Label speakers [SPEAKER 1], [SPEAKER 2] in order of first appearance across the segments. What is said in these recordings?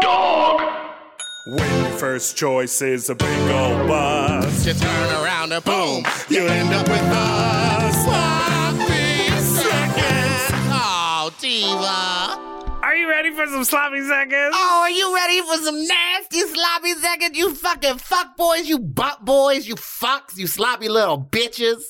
[SPEAKER 1] Dog.
[SPEAKER 2] When your first choice is a big old bus,
[SPEAKER 3] You turn around and boom, you end up with a sloppy seconds. Oh, Diva.
[SPEAKER 4] Are you ready for some sloppy seconds?
[SPEAKER 3] Oh, are you ready for some nasty sloppy seconds? You fucking fuck boys, you butt boys, you fucks, you sloppy little bitches.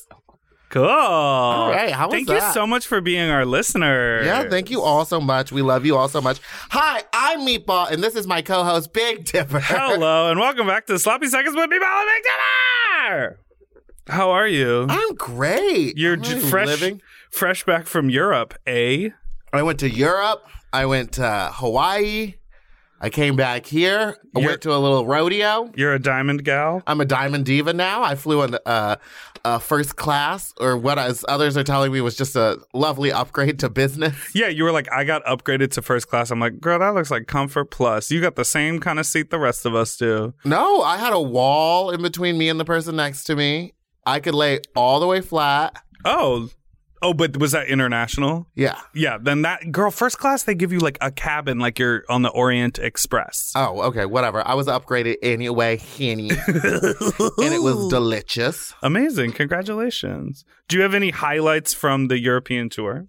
[SPEAKER 4] Cool. All
[SPEAKER 3] right, how was
[SPEAKER 4] Thank you
[SPEAKER 3] that?
[SPEAKER 4] so much for being our listener.
[SPEAKER 3] Yeah, thank you all so much. We love you all so much. Hi, I'm Meatball, and this is my co-host Big Dipper.
[SPEAKER 4] Hello, and welcome back to Sloppy Seconds with me, Bella McDonald. How are you?
[SPEAKER 3] I'm great.
[SPEAKER 4] You're
[SPEAKER 3] I'm
[SPEAKER 4] j- fresh,
[SPEAKER 3] living.
[SPEAKER 4] fresh back from Europe, eh?
[SPEAKER 3] I went to Europe. I went to Hawaii. I came back here. I
[SPEAKER 4] You're-
[SPEAKER 3] went to a little rodeo.
[SPEAKER 4] You're a diamond gal.
[SPEAKER 3] I'm a diamond diva now. I flew in uh, uh, first class, or what as others are telling me was just a lovely upgrade to business.
[SPEAKER 4] Yeah, you were like, I got upgraded to first class. I'm like, girl, that looks like comfort plus. You got the same kind of seat the rest of us do.
[SPEAKER 3] No, I had a wall in between me and the person next to me. I could lay all the way flat.
[SPEAKER 4] Oh, oh, but was that international?
[SPEAKER 3] Yeah.
[SPEAKER 4] Yeah, then that girl, first class, they give you like a cabin, like you're on the Orient Express.
[SPEAKER 3] Oh, okay, whatever. I was upgraded anyway, honey. and it was delicious.
[SPEAKER 4] Amazing. Congratulations. Do you have any highlights from the European tour?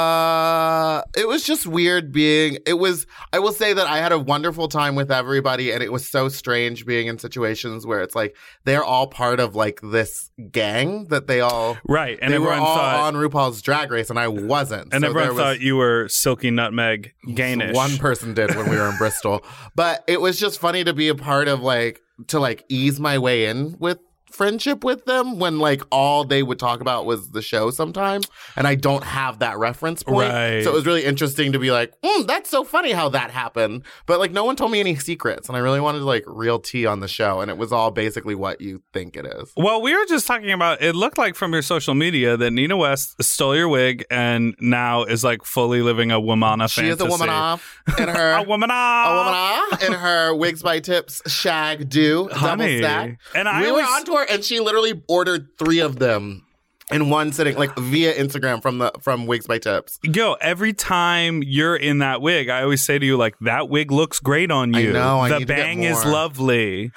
[SPEAKER 3] Uh, it was just weird being. It was. I will say that I had a wonderful time with everybody, and it was so strange being in situations where it's like they're all part of like this gang that they all
[SPEAKER 4] Right. And
[SPEAKER 3] they were
[SPEAKER 4] everyone
[SPEAKER 3] all
[SPEAKER 4] thought
[SPEAKER 3] on RuPaul's Drag Race, and I wasn't.
[SPEAKER 4] and
[SPEAKER 3] So
[SPEAKER 4] everyone
[SPEAKER 3] there was-
[SPEAKER 4] thought you were silky nutmeg gainish.
[SPEAKER 3] one person did when we were in Bristol. But it was just funny to be a part of like to like ease my way in with friendship with them when like all they would talk about was the show sometimes and I don't have that reference point.
[SPEAKER 4] Right.
[SPEAKER 3] So it was really interesting to be like, mm, that's so funny how that happened. But like no one told me any secrets and I really wanted like real tea on the show and it was all basically what you think it is.
[SPEAKER 4] well, we were just talking about it looked like from your social media that Nina West stole your wig and now is like fully living a womana
[SPEAKER 3] She is a woman off in her
[SPEAKER 4] A woman
[SPEAKER 3] a woman ah, in her wigs by tips shag do double
[SPEAKER 4] Honey.
[SPEAKER 3] stack.
[SPEAKER 4] And I
[SPEAKER 3] we
[SPEAKER 4] always-
[SPEAKER 3] were on tour, and she literally ordered three of them in one sitting, like via Instagram from the from wigs by tips.
[SPEAKER 4] Yo, every time you're in that wig, I always say to you, like, that wig looks great on
[SPEAKER 3] I
[SPEAKER 4] you.
[SPEAKER 3] know, I
[SPEAKER 4] the
[SPEAKER 3] need to get
[SPEAKER 4] bang is
[SPEAKER 3] more.
[SPEAKER 4] lovely.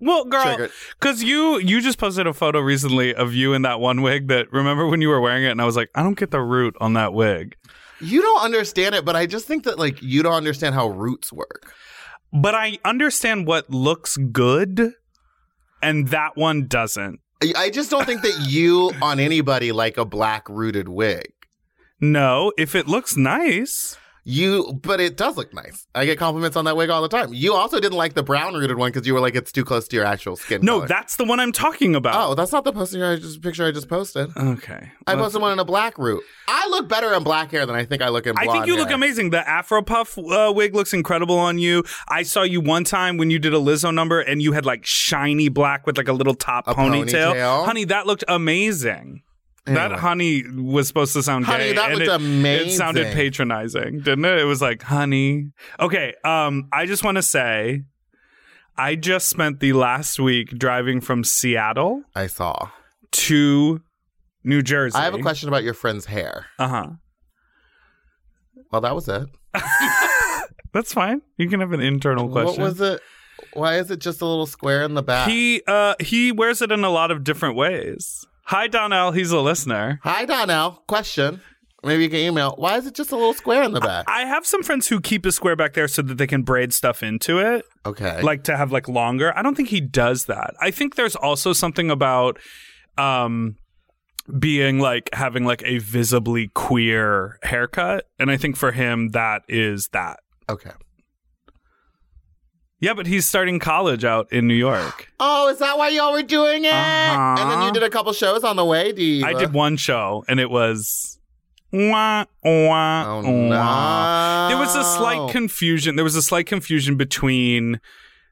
[SPEAKER 4] well, girl,
[SPEAKER 3] Triggered.
[SPEAKER 4] because you you just posted a photo recently of you in that one wig that remember when you were wearing it, and I was like, I don't get the root on that wig.
[SPEAKER 3] You don't understand it, but I just think that like you don't understand how roots work.
[SPEAKER 4] But I understand what looks good, and that one doesn't.
[SPEAKER 3] I- I just don't think that you on anybody like a black rooted wig.
[SPEAKER 4] No, if it looks nice.
[SPEAKER 3] You, but it does look nice. I get compliments on that wig all the time. You also didn't like the brown rooted one because you were like, it's too close to your actual skin.
[SPEAKER 4] No, uh,
[SPEAKER 3] color.
[SPEAKER 4] that's the one I'm talking about.
[SPEAKER 3] Oh, that's not the poster I just picture I just posted.
[SPEAKER 4] Okay.
[SPEAKER 3] Oh. I
[SPEAKER 4] Let's-
[SPEAKER 3] posted one in a black root. I look better in black hair than I think I look in
[SPEAKER 4] I
[SPEAKER 3] blonde
[SPEAKER 4] think you look
[SPEAKER 3] hair.
[SPEAKER 4] amazing. The Afro puff uh, wig looks incredible on you. I saw you one time when you did a Lizzo number and you had like shiny black with like a little top
[SPEAKER 3] A
[SPEAKER 4] ponytail.
[SPEAKER 3] ponytail.
[SPEAKER 4] Honey, that looked amazing. That
[SPEAKER 3] Anyway.
[SPEAKER 4] honey was supposed to sound
[SPEAKER 3] Honey,
[SPEAKER 4] gay.
[SPEAKER 3] that
[SPEAKER 4] and
[SPEAKER 3] looked
[SPEAKER 4] it, It
[SPEAKER 3] amazing.
[SPEAKER 4] sounded patronizing, didn't it? It was like, honey. Okay, um, I just want to say I just spent the last week driving from Seattle
[SPEAKER 3] I saw.
[SPEAKER 4] to New Jersey.
[SPEAKER 3] I have a question about your friend's hair.
[SPEAKER 4] Uh-huh.
[SPEAKER 3] Well, that was it.
[SPEAKER 4] That's fine. You can have an internal
[SPEAKER 3] What
[SPEAKER 4] question.
[SPEAKER 3] was it? Why is it just a little square in the back?
[SPEAKER 4] He uh he wears it in a lot of different ways. Hi Donnell, he's a listener.
[SPEAKER 3] Hi, Donnell. Question. Maybe you can email. Why is it just a little square in the back?
[SPEAKER 4] I have some friends who keep a square back there so that they can braid stuff into it,
[SPEAKER 3] okay.
[SPEAKER 4] like to have like longer. I don't think he does that. I think there's also something about um being like having like a visibly queer haircut, and I think for him that is that.
[SPEAKER 3] okay.
[SPEAKER 4] Yeah, but he's starting college out in New York.
[SPEAKER 3] Oh, is that why y'all were doing it?
[SPEAKER 4] Uh-huh.
[SPEAKER 3] And then you did a couple shows on the way. Do you?
[SPEAKER 4] I did one show and it was Wah, wah,
[SPEAKER 3] Oh
[SPEAKER 4] wah.
[SPEAKER 3] no.
[SPEAKER 4] There was a slight confusion. There was a slight confusion between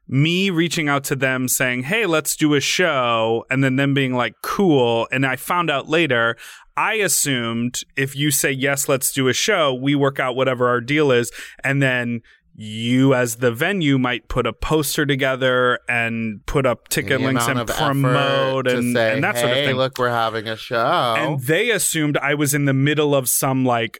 [SPEAKER 4] me reaching out to them saying, "Hey, let's do a show," and then them being like, "Cool." And I found out later, I assumed if you say yes, let's do a show, we work out whatever our deal is, and then you as the venue might put a poster together and put up ticket
[SPEAKER 3] The
[SPEAKER 4] links
[SPEAKER 3] amount
[SPEAKER 4] and
[SPEAKER 3] of effort
[SPEAKER 4] promote
[SPEAKER 3] to
[SPEAKER 4] and,
[SPEAKER 3] say,
[SPEAKER 4] and that sort of
[SPEAKER 3] "Hey,
[SPEAKER 4] thing
[SPEAKER 3] Look, we're having a show.
[SPEAKER 4] and they assumed I was in the middle of some like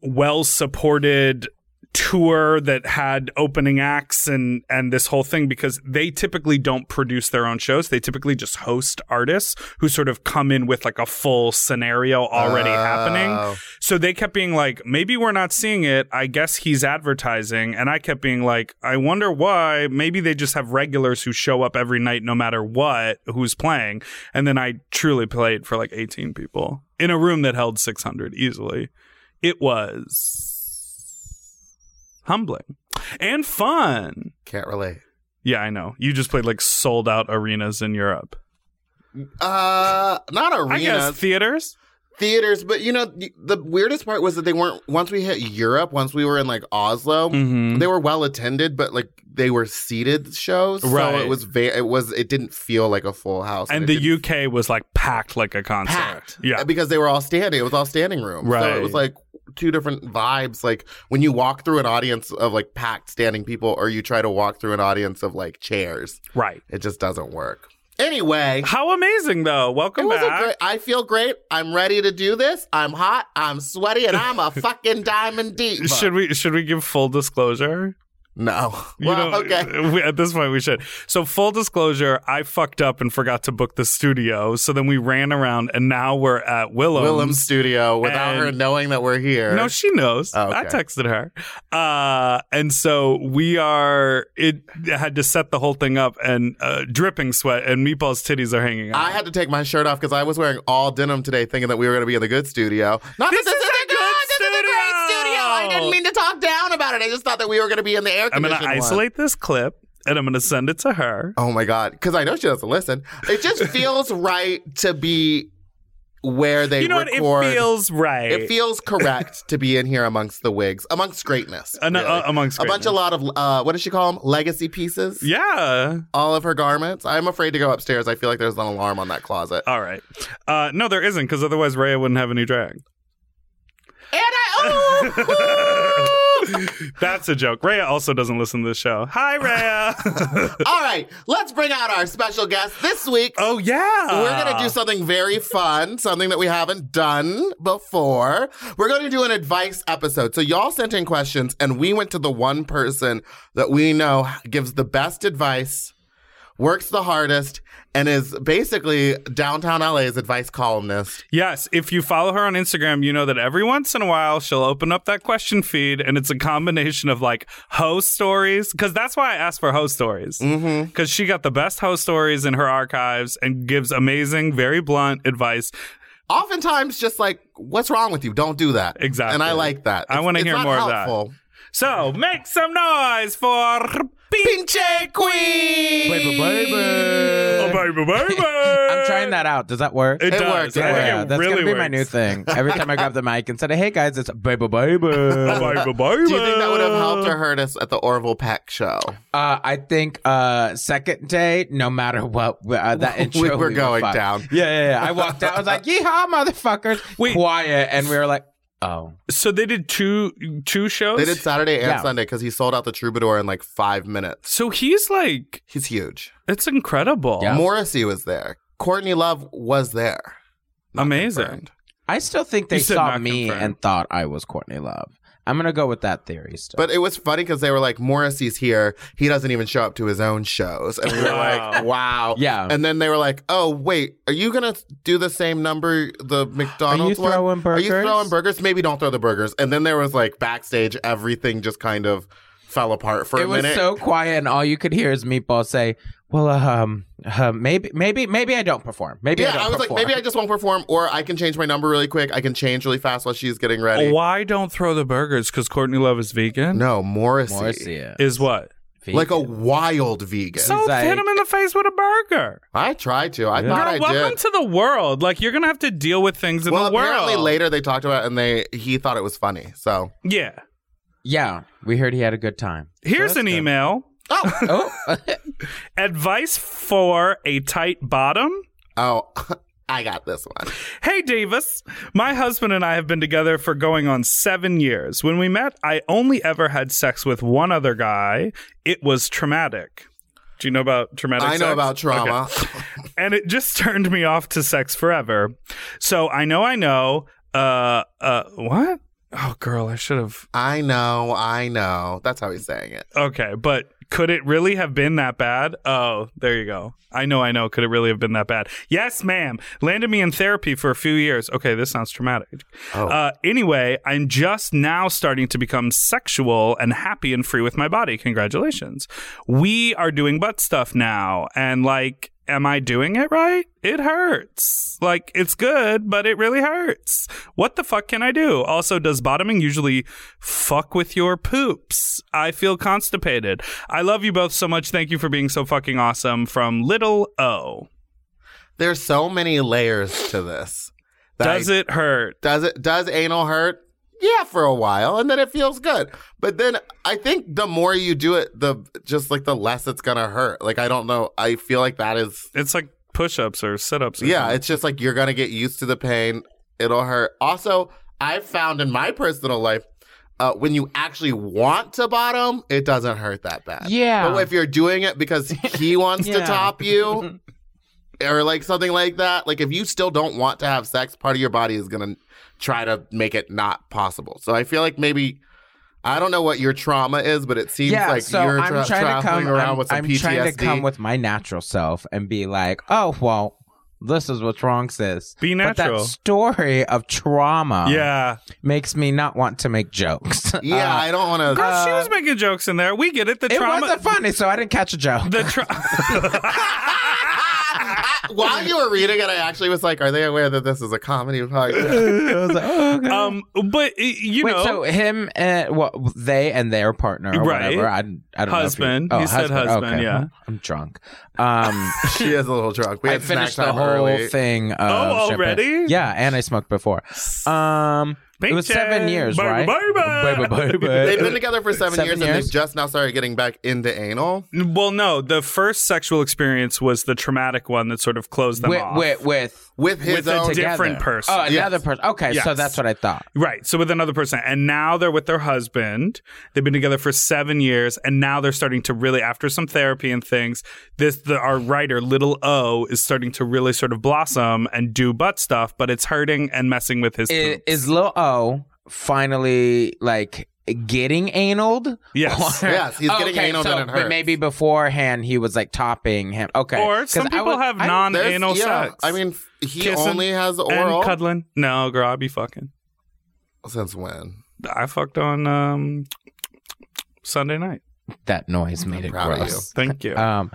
[SPEAKER 4] well supported tour that had opening acts and and this whole thing because they typically don't produce their own shows they typically just host artists who sort of come in with like a full scenario already
[SPEAKER 3] Oh.
[SPEAKER 4] happening so they kept being like maybe we're not seeing it i guess he's advertising and i kept being like i wonder why maybe they just have regulars who show up every night no matter what who's playing and then i truly played for like 18 people in a room that held 600 easily it was humbling and fun.
[SPEAKER 3] Can't relate.
[SPEAKER 4] Yeah, I know. You just played like sold out arenas in Europe.
[SPEAKER 3] Uh, not
[SPEAKER 4] I guess
[SPEAKER 3] arenas,
[SPEAKER 4] theaters.
[SPEAKER 3] theaters, but you know the, the weirdest part was that they weren't. Once we hit Europe, once we were in like Oslo,
[SPEAKER 4] Mhm.
[SPEAKER 3] they were well attended, but like they were seated shows, so
[SPEAKER 4] Right.
[SPEAKER 3] it was very. It was. It didn't feel like a full house,
[SPEAKER 4] And
[SPEAKER 3] it
[SPEAKER 4] the
[SPEAKER 3] didn't
[SPEAKER 4] UK was like packed like a concert.
[SPEAKER 3] packed.
[SPEAKER 4] Yeah.
[SPEAKER 3] Because they were all standing. It was all standing room. So
[SPEAKER 4] Right.
[SPEAKER 3] it was like two different vibes. Like when you walk through an audience of like packed standing people or you try to walk through an audience of like chairs,
[SPEAKER 4] Right.
[SPEAKER 3] it just doesn't work. Anyway,
[SPEAKER 4] How amazing though.
[SPEAKER 3] it
[SPEAKER 4] Welcome
[SPEAKER 3] was a
[SPEAKER 4] back.
[SPEAKER 3] great, I feel great. I'm ready to do this. I'm hot. I'm sweaty and I'm a fucking diamond diva.
[SPEAKER 4] should we should we give full disclosure?
[SPEAKER 3] No.
[SPEAKER 4] You
[SPEAKER 3] well,
[SPEAKER 4] know,
[SPEAKER 3] okay.
[SPEAKER 4] we- at this point, we should. So, full disclosure, I fucked up and forgot to book the studio. So then we ran around, and now we're at Willem.
[SPEAKER 3] Willem Studio without her
[SPEAKER 4] uh, and-
[SPEAKER 3] knowing that we're here.
[SPEAKER 4] No, she knows.
[SPEAKER 3] Oh, okay.
[SPEAKER 4] I texted her. Uh, and so we are, it had to set the whole thing up and uh, dripping sweat, and Meatball's titties are hanging out.
[SPEAKER 3] I had to take my shirt off because I was wearing all denim today, thinking that we were going to be in the good studio. Not
[SPEAKER 4] This
[SPEAKER 3] that
[SPEAKER 4] is
[SPEAKER 3] this
[SPEAKER 4] a
[SPEAKER 3] isn't good.
[SPEAKER 4] good
[SPEAKER 3] This is a great
[SPEAKER 4] studio.
[SPEAKER 3] studio. I didn't mean to talk down about it. I just thought that we were going to be in the air.
[SPEAKER 4] I'm going to
[SPEAKER 3] conditioned one.
[SPEAKER 4] isolate this clip and I'm going to send it to her.
[SPEAKER 3] Oh my god! Because I know she doesn't listen. It just feels right to be where they
[SPEAKER 4] you know
[SPEAKER 3] record.
[SPEAKER 4] what? It feels right.
[SPEAKER 3] It feels correct to be in here amongst the wigs, amongst greatness.
[SPEAKER 4] An-
[SPEAKER 3] really.
[SPEAKER 4] uh, amongst
[SPEAKER 3] a bunch,
[SPEAKER 4] greatness.
[SPEAKER 3] a lot of uh, what does she call them? Legacy pieces.
[SPEAKER 4] Yeah.
[SPEAKER 3] All of her garments. I'm afraid to go upstairs. I feel like there's an alarm on that closet.
[SPEAKER 4] All right. Uh, no, there isn't, because otherwise Raya wouldn't have any drag.
[SPEAKER 3] and oh! I. Ooh, ooh.
[SPEAKER 4] That's a joke. Raya also doesn't listen to the show. Hi, Raya.
[SPEAKER 3] All right, let's bring out our special guest this week.
[SPEAKER 4] oh, yeah.
[SPEAKER 3] We're going to do something very fun, something that we haven't done before. We're going to do an advice episode. So, y'all sent in questions, and we went to the one person that we know gives the best advice, works the hardest, and is basically downtown LA's advice columnist.
[SPEAKER 4] Yes, if you follow her on Instagram, you know that every once in a while she'll open up that question feed and it's a combination of like hoe stories cuz that's why I asked for hoe stories. Mm-hmm. Cuz she got the best hoe stories in her archives and gives amazing, very blunt advice.
[SPEAKER 3] Oftentimes, just like, what's wrong with you? Don't do that.
[SPEAKER 4] Exactly.
[SPEAKER 3] And I like that.
[SPEAKER 4] I wanna hear more of that.
[SPEAKER 3] of that.
[SPEAKER 4] So, make some noise for
[SPEAKER 3] Pinche Queen!
[SPEAKER 5] Baby, baby.
[SPEAKER 4] baby baby.
[SPEAKER 5] I'm trying that out. Does that work?
[SPEAKER 4] Oh, It,
[SPEAKER 3] It
[SPEAKER 4] does.
[SPEAKER 3] worked, it
[SPEAKER 4] I think
[SPEAKER 5] yeah,
[SPEAKER 4] it
[SPEAKER 5] that's
[SPEAKER 4] really
[SPEAKER 5] gonna be my new
[SPEAKER 4] works.
[SPEAKER 5] thing. Every time I grab the mic and say, "Hey guys, it's baby, baby." uh,
[SPEAKER 4] Baby, baby.
[SPEAKER 3] Do you think that would have helped or hurt us at the Orville Peck show?
[SPEAKER 5] I think uh, second day, no matter what, uh, that
[SPEAKER 3] We-
[SPEAKER 5] intro
[SPEAKER 3] we're
[SPEAKER 5] we
[SPEAKER 3] going
[SPEAKER 5] fucked.
[SPEAKER 3] down.
[SPEAKER 5] Yeah, yeah, yeah. I walked out. I was like, "Yeehaw, motherfuckers!"
[SPEAKER 4] Wait.
[SPEAKER 5] Quiet, and we were like, "Oh,
[SPEAKER 4] So they did two two shows.
[SPEAKER 3] They did Saturday and
[SPEAKER 5] Yeah.
[SPEAKER 3] Sunday because he sold out the Troubadour in like five minutes.
[SPEAKER 4] so he's like
[SPEAKER 3] He's huge.
[SPEAKER 4] it's incredible.
[SPEAKER 5] Yeah.
[SPEAKER 3] Morrissey was there. Courtney Love was there.
[SPEAKER 4] Amazing.
[SPEAKER 3] confirmed.
[SPEAKER 5] I still think they
[SPEAKER 4] You said
[SPEAKER 5] saw
[SPEAKER 4] not
[SPEAKER 5] me
[SPEAKER 4] confirmed.
[SPEAKER 5] and thought I was Courtney Love." I'm gonna go with that theory still.
[SPEAKER 3] But it was funny because they were like, Morrissey's here. He doesn't even show up to his own shows. And we were
[SPEAKER 4] Wow.
[SPEAKER 3] like, wow.
[SPEAKER 5] Yeah.
[SPEAKER 3] And then they were like, oh, wait, are you going to do the same number, the McDonald's one?
[SPEAKER 5] throwing
[SPEAKER 3] Are you
[SPEAKER 5] burgers?
[SPEAKER 3] throwing burgers? Maybe don't throw the burgers. And then there was like backstage, everything just kind of fell apart for
[SPEAKER 5] it
[SPEAKER 3] a
[SPEAKER 5] was
[SPEAKER 3] minute.
[SPEAKER 5] so quiet, and all you could hear is Meatball say, "Well, um, uh, maybe, maybe, maybe I don't perform. Maybe I
[SPEAKER 3] yeah,
[SPEAKER 5] don't
[SPEAKER 3] I was
[SPEAKER 5] perform.
[SPEAKER 3] like, maybe I just won't perform, or I can change my number really quick. I can change really fast while she's getting ready.
[SPEAKER 4] Why don't throw the burgers? Because Courtney Love is vegan.
[SPEAKER 3] No, Morrissey.
[SPEAKER 5] Morrissey.
[SPEAKER 4] Is what?
[SPEAKER 5] Vegan.
[SPEAKER 3] like a wild vegan.
[SPEAKER 4] So
[SPEAKER 5] He's
[SPEAKER 4] hit
[SPEAKER 5] like-
[SPEAKER 4] him in the face with a burger.
[SPEAKER 3] I tried to. I
[SPEAKER 5] Yeah.
[SPEAKER 3] thought
[SPEAKER 4] Girl,
[SPEAKER 3] I
[SPEAKER 4] welcome
[SPEAKER 3] did.
[SPEAKER 4] to the world. Like you're gonna have to deal with things in
[SPEAKER 3] well,
[SPEAKER 4] the world.
[SPEAKER 3] apparently later they talked about it and they he thought it was funny. So
[SPEAKER 4] Yeah.
[SPEAKER 5] yeah, we heard he had a good time.
[SPEAKER 4] Here's an email.
[SPEAKER 3] oh
[SPEAKER 5] Oh,
[SPEAKER 4] Advice for a tight bottom.
[SPEAKER 3] oh, I got this one.
[SPEAKER 4] Hey, Davis. My husband and I have been together for going on seven years. When we met, I only ever had sex with one other guy. It was traumatic. Do you know about traumatic
[SPEAKER 3] I know
[SPEAKER 4] sex?
[SPEAKER 3] about trauma.
[SPEAKER 4] Okay. And it just turned me off to sex forever. So I know, I know. Uh, uh, what? Oh, girl, I should have.
[SPEAKER 3] I know. I know. That's how he's saying it.
[SPEAKER 4] Okay, but could it really have been that bad? Oh, there you go. I know, I know. Could it really have been that bad? Yes, ma'am. Landed me in therapy for a few years. Okay, this sounds traumatic.
[SPEAKER 3] Oh.
[SPEAKER 4] Uh, anyway, I'm just now starting to become sexual and happy and free with my body. Congratulations. We are doing butt stuff now. And like, am I doing it right? It hurts. Like, it's good, but it really hurts. What the fuck can I do? Also, does bottoming usually fuck with your poops? I feel constipated. I love you both so much. Thank you for being so fucking awesome from Little O.
[SPEAKER 3] There's so many layers to this. that I
[SPEAKER 4] Does it hurt?
[SPEAKER 3] Does it does anal hurt? Yeah, for a while, and then it feels good. But then I think the more you do it, the just like the less it's gonna hurt. Like I don't know. I feel like that is
[SPEAKER 4] It's like push ups or sit ups.
[SPEAKER 3] yeah.
[SPEAKER 5] Mm-hmm.
[SPEAKER 3] It's just like you're gonna get used to the pain. It'll hurt. Also, I've found in my personal life. Uh, when you actually want to bottom, it doesn't hurt that bad.
[SPEAKER 5] Yeah.
[SPEAKER 3] But if you're doing it because he wants to
[SPEAKER 5] Yeah.
[SPEAKER 3] top
[SPEAKER 5] Mm-hmm.
[SPEAKER 3] you or like something like that, like if you still don't want to have sex, part of your body is going to try to make it not possible. So I feel like maybe I don't know what your trauma is, but it seems
[SPEAKER 5] yeah.
[SPEAKER 3] like
[SPEAKER 5] so
[SPEAKER 3] you're
[SPEAKER 5] I'm
[SPEAKER 3] tra-
[SPEAKER 5] trying to
[SPEAKER 3] traveling
[SPEAKER 5] come.
[SPEAKER 3] around
[SPEAKER 5] I'm,
[SPEAKER 3] with some
[SPEAKER 5] I'm
[SPEAKER 3] PTSD.
[SPEAKER 5] trying to come with my natural self and be like, oh well, this is what's wrong, sis.
[SPEAKER 4] Be
[SPEAKER 5] But
[SPEAKER 4] natural.
[SPEAKER 5] that story of trauma,
[SPEAKER 4] Yeah.
[SPEAKER 5] makes me not want to make jokes.
[SPEAKER 3] yeah, I don't want to.
[SPEAKER 4] Girl, she was making jokes in there. We get it. The
[SPEAKER 5] Uh, It
[SPEAKER 4] trauma.
[SPEAKER 5] wasn't funny, so I didn't catch a joke.
[SPEAKER 4] the tra-
[SPEAKER 3] While you were reading it, I actually was like, "Are they aware that this is a comedy podcast?"
[SPEAKER 5] I was like, oh, okay.
[SPEAKER 4] um, but y- you
[SPEAKER 5] Wait,
[SPEAKER 4] know,
[SPEAKER 5] so him and well, they and their partner, or
[SPEAKER 4] Right.
[SPEAKER 5] Whatever. I, I don't know if you- oh,
[SPEAKER 4] Husband. He said husband,
[SPEAKER 5] Okay.
[SPEAKER 4] yeah.
[SPEAKER 5] I'm drunk. Um,
[SPEAKER 3] she is a little drunk. We
[SPEAKER 5] I
[SPEAKER 3] had snack
[SPEAKER 5] finished the
[SPEAKER 3] time
[SPEAKER 5] whole
[SPEAKER 3] early.
[SPEAKER 5] thing. Of
[SPEAKER 4] Oh,
[SPEAKER 5] champagne.
[SPEAKER 4] already?
[SPEAKER 5] Yeah, and I smoked before. Um, it was seven
[SPEAKER 4] Pinche.
[SPEAKER 5] years,
[SPEAKER 4] Bye,
[SPEAKER 5] right?
[SPEAKER 4] bye, bye.
[SPEAKER 5] Bye, bye, bye.
[SPEAKER 3] They've been together for seven,
[SPEAKER 5] Uh, Seven
[SPEAKER 3] years, and
[SPEAKER 5] years?
[SPEAKER 3] they just now started getting back into anal.
[SPEAKER 4] well, no, the first sexual experience was the traumatic one that sort of closed them
[SPEAKER 5] With,
[SPEAKER 4] off.
[SPEAKER 5] with, with
[SPEAKER 3] with his
[SPEAKER 4] With a
[SPEAKER 3] own.
[SPEAKER 4] dick- Different
[SPEAKER 5] together.
[SPEAKER 4] person.
[SPEAKER 5] Oh, another
[SPEAKER 3] Yes.
[SPEAKER 5] person. Okay, so
[SPEAKER 4] Yes.
[SPEAKER 5] that's what I thought.
[SPEAKER 4] Right. So with another person. And now they're with their husband. They've been together for seven years. And now they're starting to really, after some therapy and things, this, the, our writer, Little O, is starting to really sort of blossom and do butt stuff, but it's hurting and messing with his
[SPEAKER 5] I-
[SPEAKER 4] poop.
[SPEAKER 5] Is Lil O finally like getting analed?
[SPEAKER 4] Yes.
[SPEAKER 5] Or-
[SPEAKER 3] Yes, he's getting analed and it
[SPEAKER 5] Oh, But
[SPEAKER 3] hurts.
[SPEAKER 5] maybe beforehand he was like topping him. Okay.
[SPEAKER 4] Or
[SPEAKER 5] 'Cause
[SPEAKER 4] some
[SPEAKER 5] I
[SPEAKER 4] people
[SPEAKER 5] was-
[SPEAKER 4] have
[SPEAKER 5] I-
[SPEAKER 4] non
[SPEAKER 3] There's-
[SPEAKER 4] anal
[SPEAKER 3] yeah,
[SPEAKER 4] sex.
[SPEAKER 3] I mean, f- he
[SPEAKER 4] Kissing
[SPEAKER 3] only has
[SPEAKER 4] and
[SPEAKER 3] oral.
[SPEAKER 4] cuddling. No, girl, I be fucking.
[SPEAKER 3] Since when?
[SPEAKER 4] I fucked on um, Sunday night.
[SPEAKER 5] That noise made it
[SPEAKER 3] proud of
[SPEAKER 5] gross.
[SPEAKER 4] Thank you,
[SPEAKER 5] Um,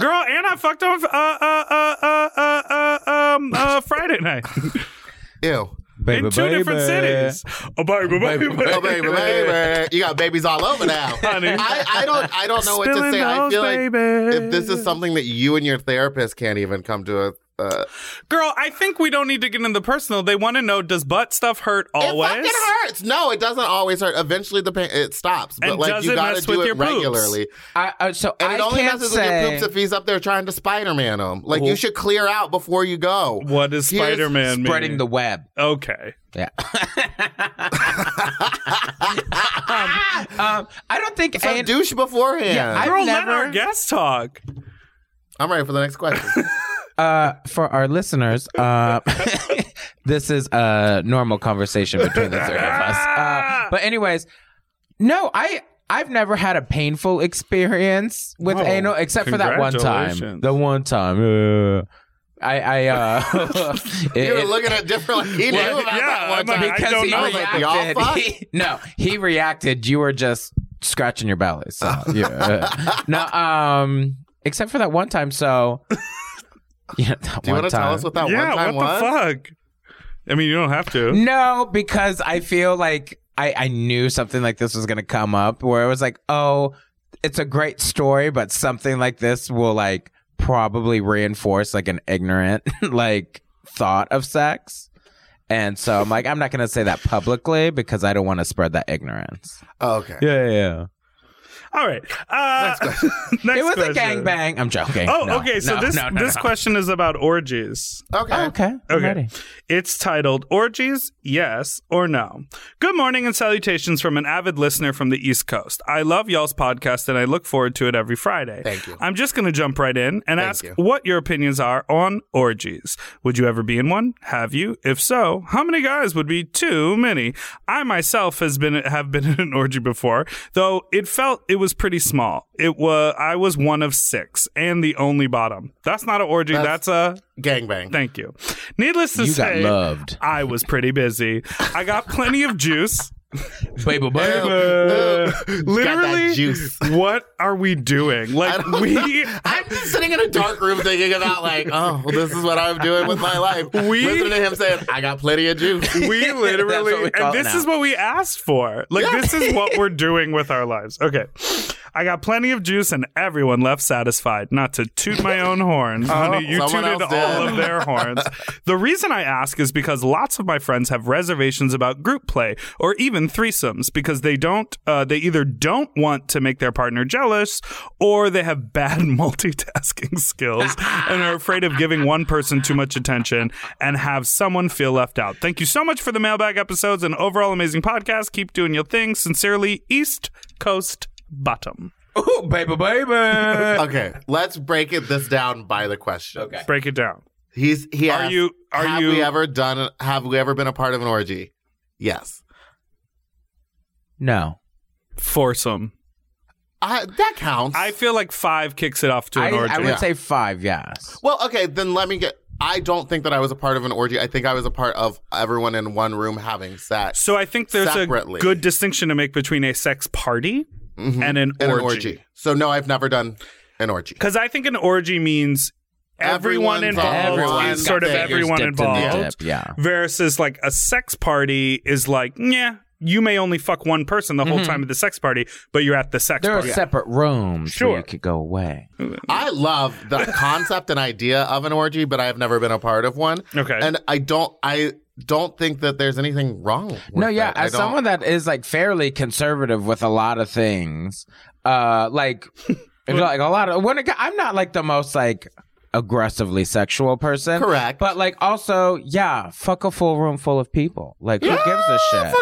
[SPEAKER 4] girl. And I fucked on uh, uh, uh, uh, uh, uh, um, uh, Friday night
[SPEAKER 3] Ew.
[SPEAKER 4] in two different cities. Oh, baby, baby, baby.
[SPEAKER 3] Oh, baby, baby. You got babies all over now.
[SPEAKER 4] Honey.
[SPEAKER 3] I, I don't I don't know what to
[SPEAKER 4] Spilling
[SPEAKER 3] say. I
[SPEAKER 4] those
[SPEAKER 3] feel like
[SPEAKER 4] babies.
[SPEAKER 3] if this is something that you and your therapist can't even come to a uh,
[SPEAKER 4] Girl, I think we don't need to get into the personal. They want to know: Does butt stuff hurt
[SPEAKER 3] It
[SPEAKER 4] always?
[SPEAKER 3] fucking hurts. No, it doesn't always hurt. Eventually the pain it stops. But
[SPEAKER 4] And
[SPEAKER 3] like
[SPEAKER 4] does
[SPEAKER 3] you
[SPEAKER 4] it
[SPEAKER 3] gotta
[SPEAKER 4] mess
[SPEAKER 3] do
[SPEAKER 4] with
[SPEAKER 3] it
[SPEAKER 4] your poops?
[SPEAKER 3] regularly.
[SPEAKER 5] I, I, so
[SPEAKER 3] And it
[SPEAKER 5] I
[SPEAKER 3] only
[SPEAKER 5] can't
[SPEAKER 3] messes
[SPEAKER 5] say.
[SPEAKER 3] with your poops if he's up there trying to Spider Man him. Like you should clear out before you go.
[SPEAKER 4] What does
[SPEAKER 3] Here's
[SPEAKER 4] Spider Man mean?
[SPEAKER 5] spreading the web.
[SPEAKER 4] okay.
[SPEAKER 5] Yeah. um, um, I don't think.
[SPEAKER 3] So
[SPEAKER 5] and-
[SPEAKER 3] douche beforehand.
[SPEAKER 5] Yeah, I- I've
[SPEAKER 4] Girl, let
[SPEAKER 5] never-
[SPEAKER 4] our guest talk.
[SPEAKER 3] I'm ready for the next question.
[SPEAKER 5] uh, for our listeners, uh, this is a normal conversation between the three of us. Uh, but anyways, no, I I've never had a painful experience with
[SPEAKER 4] Oh,
[SPEAKER 5] anal except for that one time.
[SPEAKER 4] congratulations.
[SPEAKER 5] The one time. uh, I I uh it-
[SPEAKER 3] You were
[SPEAKER 5] it-
[SPEAKER 3] looking at different. Like, he knew
[SPEAKER 4] Well,
[SPEAKER 3] about
[SPEAKER 4] yeah,
[SPEAKER 3] that one
[SPEAKER 4] I'm
[SPEAKER 3] time.
[SPEAKER 4] like, I
[SPEAKER 5] because
[SPEAKER 4] don't
[SPEAKER 5] he
[SPEAKER 4] know.
[SPEAKER 3] Like, y'all
[SPEAKER 5] reacted.
[SPEAKER 3] fuck?
[SPEAKER 5] he- no, he reacted. You were just scratching your belly. So yeah. no, um, except for that one time. So yeah, that
[SPEAKER 3] Do you
[SPEAKER 5] one
[SPEAKER 3] want to tell
[SPEAKER 5] time.
[SPEAKER 3] us what that
[SPEAKER 4] yeah.
[SPEAKER 3] one time
[SPEAKER 4] what
[SPEAKER 3] was?
[SPEAKER 4] the fuck? I mean, you don't have to.
[SPEAKER 5] No, because I feel like I, I knew something like this was going to come up where I was like, oh, it's a great story, but something like this will like probably reinforce like an ignorant like thought of sex. And so I'm like, I'm not gonna say that publicly because I don't want to spread that ignorance.
[SPEAKER 3] Oh, okay.
[SPEAKER 5] Yeah, yeah. yeah.
[SPEAKER 4] All right. Uh, next question.
[SPEAKER 5] it was a gangbang. I'm joking.
[SPEAKER 4] Oh,
[SPEAKER 5] No,
[SPEAKER 4] okay. So
[SPEAKER 5] no,
[SPEAKER 4] this
[SPEAKER 5] no, no,
[SPEAKER 4] this
[SPEAKER 5] no.
[SPEAKER 4] question is about orgies.
[SPEAKER 3] Okay.
[SPEAKER 5] Oh, okay. I'm
[SPEAKER 4] Okay.
[SPEAKER 5] ready.
[SPEAKER 4] It's titled Orgies, Yes or No. Good morning and salutations from an avid listener from the East Coast. I love y'all's podcast and I look forward to it every Friday.
[SPEAKER 3] Thank you.
[SPEAKER 4] I'm just going to jump right in and ask
[SPEAKER 3] you.
[SPEAKER 4] what your opinions are on orgies. Would you ever be in one? Have you? If so, how many guys would be too many? I myself has been have been in an orgy before, though it felt it was pretty small. It was I was one of 6 and the only bottom. That's not an orgy, that's,
[SPEAKER 3] That's-
[SPEAKER 4] a
[SPEAKER 3] Gangbang.
[SPEAKER 4] Thank you. Needless to
[SPEAKER 5] You got
[SPEAKER 4] say,
[SPEAKER 5] loved.
[SPEAKER 4] I was pretty busy. I got plenty of juice.
[SPEAKER 5] Baby, baby.
[SPEAKER 4] Uh,
[SPEAKER 3] that
[SPEAKER 4] literally,
[SPEAKER 3] juice.
[SPEAKER 4] what are we doing? Like we.
[SPEAKER 3] I'm just sitting in a dark room thinking about like, oh, well, this is what I'm doing with my life.
[SPEAKER 4] We-
[SPEAKER 3] Listen to him saying, "I got plenty of juice."
[SPEAKER 4] We
[SPEAKER 5] That's what
[SPEAKER 4] literally,
[SPEAKER 5] we call
[SPEAKER 4] and
[SPEAKER 5] it
[SPEAKER 4] this
[SPEAKER 5] now.
[SPEAKER 4] is what we asked for. Like, this is what we're doing with our lives. Okay. I got plenty of juice, and everyone left satisfied. Not to toot my own horn, honey. You
[SPEAKER 3] someone
[SPEAKER 4] tooted
[SPEAKER 3] else
[SPEAKER 4] all
[SPEAKER 3] did.
[SPEAKER 4] of their horns. The reason I ask is because lots of my friends have reservations about group play or even threesomes because they don't. Uh, they either don't want to make their partner jealous, or they have bad multitasking skills and are afraid of giving one person too much attention and have someone feel left out. Thank you so much for the mailbag episodes and overall amazing podcast. Keep doing your thing. Sincerely, East Coast Bottom.
[SPEAKER 5] Ooh, baby, baby.
[SPEAKER 3] Okay, let's break it this down by the question. Okay.
[SPEAKER 4] Break it down.
[SPEAKER 3] He's he.
[SPEAKER 4] Are
[SPEAKER 3] asked,
[SPEAKER 4] you- are
[SPEAKER 3] have
[SPEAKER 4] you-
[SPEAKER 3] we ever done? Have we ever been a part of an orgy? Yes.
[SPEAKER 5] No.
[SPEAKER 4] Foursome.
[SPEAKER 3] I, that counts.
[SPEAKER 4] I feel like five kicks it off to
[SPEAKER 5] I,
[SPEAKER 4] an orgy.
[SPEAKER 5] I would
[SPEAKER 3] Yeah.
[SPEAKER 5] say five, yes.
[SPEAKER 3] well, okay, then let me get. I don't think that I was a part of an orgy. I think I was a part of everyone in one room having sex.
[SPEAKER 4] so I think there's
[SPEAKER 3] Separately.
[SPEAKER 4] a good distinction to make between a sex party
[SPEAKER 3] Mhm.
[SPEAKER 4] and an
[SPEAKER 3] in
[SPEAKER 4] orgy.
[SPEAKER 3] an orgy. So no, I've never done an orgy.
[SPEAKER 4] Because I think an orgy means everyone
[SPEAKER 3] Everyone's
[SPEAKER 4] involved
[SPEAKER 3] all
[SPEAKER 4] is
[SPEAKER 3] got
[SPEAKER 4] sort of
[SPEAKER 3] fingers
[SPEAKER 4] everyone
[SPEAKER 5] dipped in the
[SPEAKER 4] involved.
[SPEAKER 5] dip, yeah.
[SPEAKER 4] Versus like a sex party is like, yeah, you may only fuck one person the whole time of the sex party, but you're at the sex
[SPEAKER 5] Mm-hmm. There are
[SPEAKER 4] party.
[SPEAKER 5] separate rooms
[SPEAKER 4] Sure.
[SPEAKER 5] where you could go away.
[SPEAKER 3] I love the concept and idea of an orgy, but I have never been a part of one.
[SPEAKER 4] Okay.
[SPEAKER 3] And I don't I don't think that there's anything wrong with
[SPEAKER 5] No, yeah,
[SPEAKER 3] that. I
[SPEAKER 5] as
[SPEAKER 3] don't-
[SPEAKER 5] someone that is like fairly conservative with a lot of things, uh, like like a lot of when it, co- I'm not like the most like aggressively sexual person,
[SPEAKER 3] Correct.
[SPEAKER 5] But like also, yeah, fuck a full room full of people. Like who gives a shit?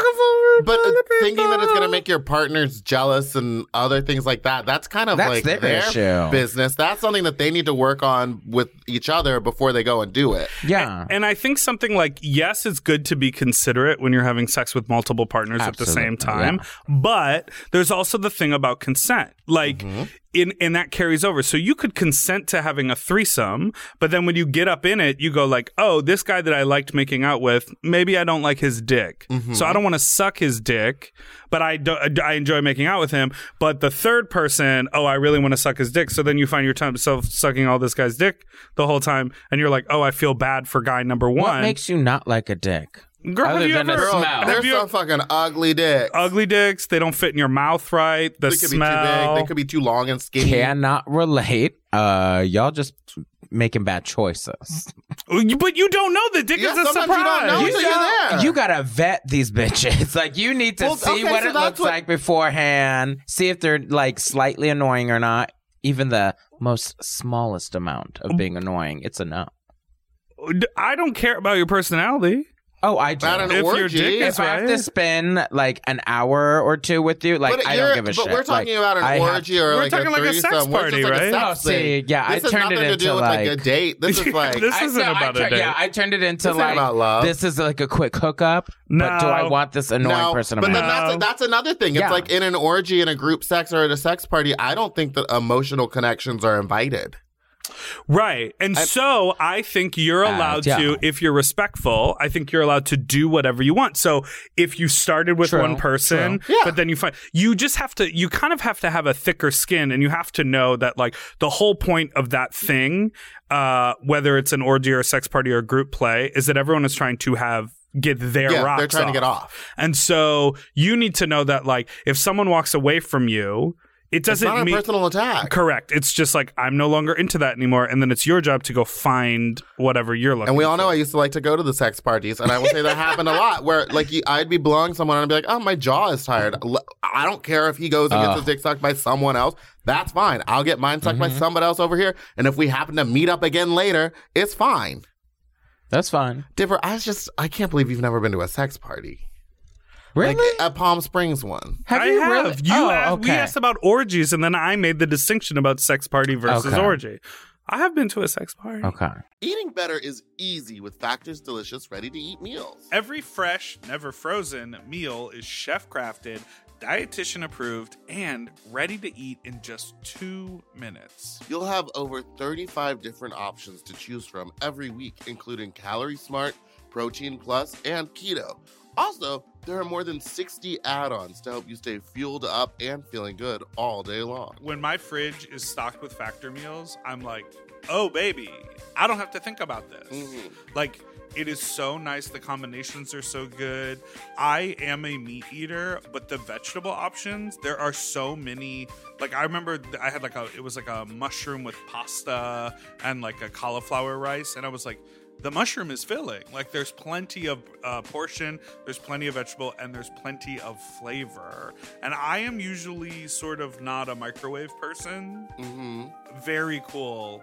[SPEAKER 3] but uh, thinking that it's going to make your partners jealous and other things like that, that's kind of
[SPEAKER 5] That's
[SPEAKER 3] like
[SPEAKER 5] their
[SPEAKER 3] their,
[SPEAKER 5] issue.
[SPEAKER 3] business. That's something that they need to work on with each other before they go and do it.
[SPEAKER 5] yeah,
[SPEAKER 4] And I think something like, yes, it's good to be considerate when you're having sex with multiple partners at the
[SPEAKER 5] Absolutely,
[SPEAKER 4] same time.
[SPEAKER 5] yeah.
[SPEAKER 4] But there's also the thing about consent. Like,
[SPEAKER 5] Mm-hmm.
[SPEAKER 4] in, and that carries over. So you could consent to having a threesome, but then when you get up in it, you go like, oh, this guy that I liked making out with, maybe I don't like his dick. So
[SPEAKER 3] Mm-hmm.
[SPEAKER 4] I don't want to suck his dick, but I, do, I enjoy making out with him. But the third person, oh, I really want to suck his dick. So then you find yourself sucking all this guy's dick the whole time, and you're like, oh, I feel bad for guy number one.
[SPEAKER 5] what makes you not like a dick?
[SPEAKER 4] Girl,
[SPEAKER 5] Other
[SPEAKER 4] have you
[SPEAKER 5] than a
[SPEAKER 4] ever
[SPEAKER 5] smell.
[SPEAKER 4] have
[SPEAKER 3] There's
[SPEAKER 4] you-
[SPEAKER 3] some fucking ugly dick.
[SPEAKER 4] ugly dicks? They don't fit in your mouth right. The
[SPEAKER 3] They could be too
[SPEAKER 4] smell.
[SPEAKER 3] big. They could be too long and
[SPEAKER 5] Mm-hmm.
[SPEAKER 3] skinny.
[SPEAKER 5] Cannot relate. Uh, y'all just making bad choices.
[SPEAKER 4] You- But you don't know the dick
[SPEAKER 3] Yeah,
[SPEAKER 4] is a
[SPEAKER 3] sometimes
[SPEAKER 4] surprise.
[SPEAKER 3] you don't know
[SPEAKER 5] you,
[SPEAKER 3] until Oh, you're
[SPEAKER 5] know,
[SPEAKER 3] there.
[SPEAKER 5] you gotta vet these bitches. Like you need to
[SPEAKER 3] Well,
[SPEAKER 5] see
[SPEAKER 3] okay,
[SPEAKER 5] what
[SPEAKER 3] so
[SPEAKER 5] it
[SPEAKER 3] that's
[SPEAKER 5] looks
[SPEAKER 3] what-
[SPEAKER 5] like beforehand. See if they're like slightly annoying or not. Even the most smallest amount of being annoying, it's a no.
[SPEAKER 4] I don't care about your personality.
[SPEAKER 5] Oh, I do.
[SPEAKER 3] Not an
[SPEAKER 4] If your
[SPEAKER 3] orgy.
[SPEAKER 4] dick is
[SPEAKER 5] if I have
[SPEAKER 4] right.
[SPEAKER 5] to spend like an hour or two with you, like
[SPEAKER 3] but
[SPEAKER 5] I
[SPEAKER 3] you're-
[SPEAKER 5] don't give a
[SPEAKER 3] but
[SPEAKER 5] shit.
[SPEAKER 3] we're talking
[SPEAKER 5] Like,
[SPEAKER 3] about an
[SPEAKER 5] I have-
[SPEAKER 3] orgy or
[SPEAKER 4] We're
[SPEAKER 3] like
[SPEAKER 4] talking
[SPEAKER 3] a
[SPEAKER 4] like a sex
[SPEAKER 3] threesome. We're just
[SPEAKER 4] party,
[SPEAKER 3] like
[SPEAKER 4] right?
[SPEAKER 3] a sex
[SPEAKER 5] Oh, see,
[SPEAKER 3] thing.
[SPEAKER 5] yeah, I
[SPEAKER 3] this has
[SPEAKER 5] turned it
[SPEAKER 3] nothing to do
[SPEAKER 5] into,
[SPEAKER 3] with like, a
[SPEAKER 5] like-
[SPEAKER 3] date. This is like
[SPEAKER 4] This
[SPEAKER 5] I-
[SPEAKER 4] isn't
[SPEAKER 5] no, I
[SPEAKER 4] about a
[SPEAKER 5] tur-
[SPEAKER 4] date.
[SPEAKER 5] Yeah, I turned it into
[SPEAKER 3] This ain't
[SPEAKER 5] like
[SPEAKER 3] about love.
[SPEAKER 5] this is like a quick hookup. But do I
[SPEAKER 4] No.
[SPEAKER 5] want this annoying person? in
[SPEAKER 3] But
[SPEAKER 5] my
[SPEAKER 3] then
[SPEAKER 5] life?
[SPEAKER 3] that's, that's another thing. It's
[SPEAKER 5] Yeah.
[SPEAKER 3] like in an orgy, in a group sex, or at a sex party, I don't think that emotional connections are invited.
[SPEAKER 4] Right. And so I think you're
[SPEAKER 5] Uh,
[SPEAKER 4] allowed
[SPEAKER 5] yeah.
[SPEAKER 4] to, if you're respectful, I think you're allowed to do whatever you want. So if you started with
[SPEAKER 5] True,
[SPEAKER 4] one person, but then you find you just have to, you kind of have to have a thicker skin and you have to know that like the whole point of that thing, uh, whether it's an orgy or a sex party or a group play, is that everyone is trying to have get their
[SPEAKER 3] Yeah,
[SPEAKER 4] rocks
[SPEAKER 3] they're trying to get off.
[SPEAKER 4] and so you need to know that, like, if someone walks away from you, It
[SPEAKER 3] It's
[SPEAKER 4] doesn't
[SPEAKER 3] not a
[SPEAKER 4] mean
[SPEAKER 3] personal attack.
[SPEAKER 4] correct. It's just like I'm no longer into that anymore, and then it's your job to go find whatever you're looking.
[SPEAKER 3] And we all
[SPEAKER 4] for.
[SPEAKER 3] know I used to like to go to the sex parties, and I will say that happened a lot. Where like you, I'd be blowing someone, and I'd be like, "Oh, my jaw is tired. L- I don't care if he goes and gets his dick sucked by someone else. That's fine. I'll get mine sucked by somebody else over here. And if we happen to meet up again later, it's fine."
[SPEAKER 5] That's fine.
[SPEAKER 3] Dipper, I was just I can't believe you've never been to a sex party,
[SPEAKER 5] Really?
[SPEAKER 3] like a Palm Springs one.
[SPEAKER 4] I have. You
[SPEAKER 5] oh,
[SPEAKER 4] asked, We
[SPEAKER 5] okay.
[SPEAKER 4] asked about orgies, and then I made the distinction about sex party versus
[SPEAKER 5] Okay.
[SPEAKER 4] orgy. I have been to a sex party.
[SPEAKER 5] Okay.
[SPEAKER 3] Eating better is easy with Factor's delicious, ready-to-eat meals.
[SPEAKER 4] Every fresh, never frozen meal is chef crafted, dietitian approved, and ready to eat in just two minutes.
[SPEAKER 3] You'll have over 35 different options to choose from every week, including Calorie Smart, Protein Plus, and Keto. Also, there are more than 60 add ons to help you stay fueled up and feeling good all day long.
[SPEAKER 4] When my fridge is stocked with factor meals, I'm like, oh, baby, I don't have to think about this. Like, it is so nice. The combinations are so good. I am a meat eater, but the vegetable options, there are so many. Like, I remember th- I had like a, it was like a mushroom with pasta and like a cauliflower rice. And I was like, the mushroom is filling. Like, there's plenty of uh, portion, there's plenty of vegetable, and there's plenty of flavor. And I am usually sort of not a microwave person
[SPEAKER 3] hmm
[SPEAKER 4] very cool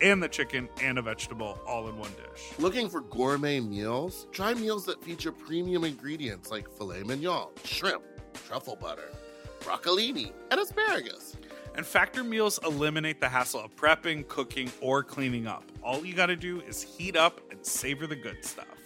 [SPEAKER 4] and the chicken and a vegetable all in one dish.
[SPEAKER 3] Looking for gourmet meals? Try meals that feature premium ingredients like filet mignon, shrimp, truffle butter, broccolini, and asparagus.
[SPEAKER 4] And Factor meals eliminate the hassle of prepping, cooking, or cleaning up. All you got to do is heat up and savor the good stuff.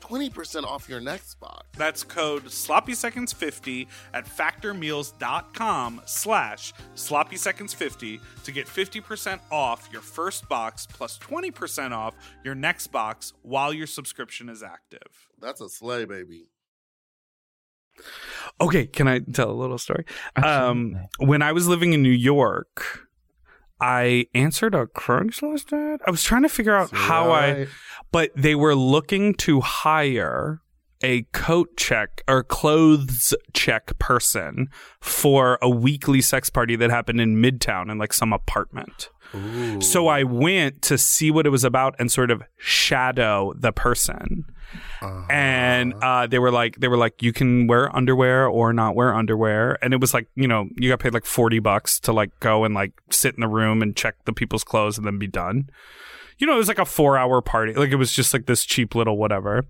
[SPEAKER 3] 20% off your next box.
[SPEAKER 4] That's code sloppyseconds50 at factormeals.com slash sloppyseconds50 to get 50% off your first box plus 20% off your next box while your subscription is active.
[SPEAKER 3] That's a sleigh, baby.
[SPEAKER 4] Okay, can I tell a little story? Um, when I was living in New York, I answered a Craigslist ad. I was trying to figure out how I,
[SPEAKER 3] right.
[SPEAKER 4] but they were looking to hire a coat check or clothes check person for a weekly sex party that happened in Midtown in like some apartment. So I went to see what it was about and sort of shadow the person. And uh, they were like, they were like, you can wear underwear or not wear underwear. And it was like, you know, you got paid like forty bucks to like go and like sit in the room and check the people's clothes and then be done. You know, it was like a four hour party. Like it was just like this cheap little whatever.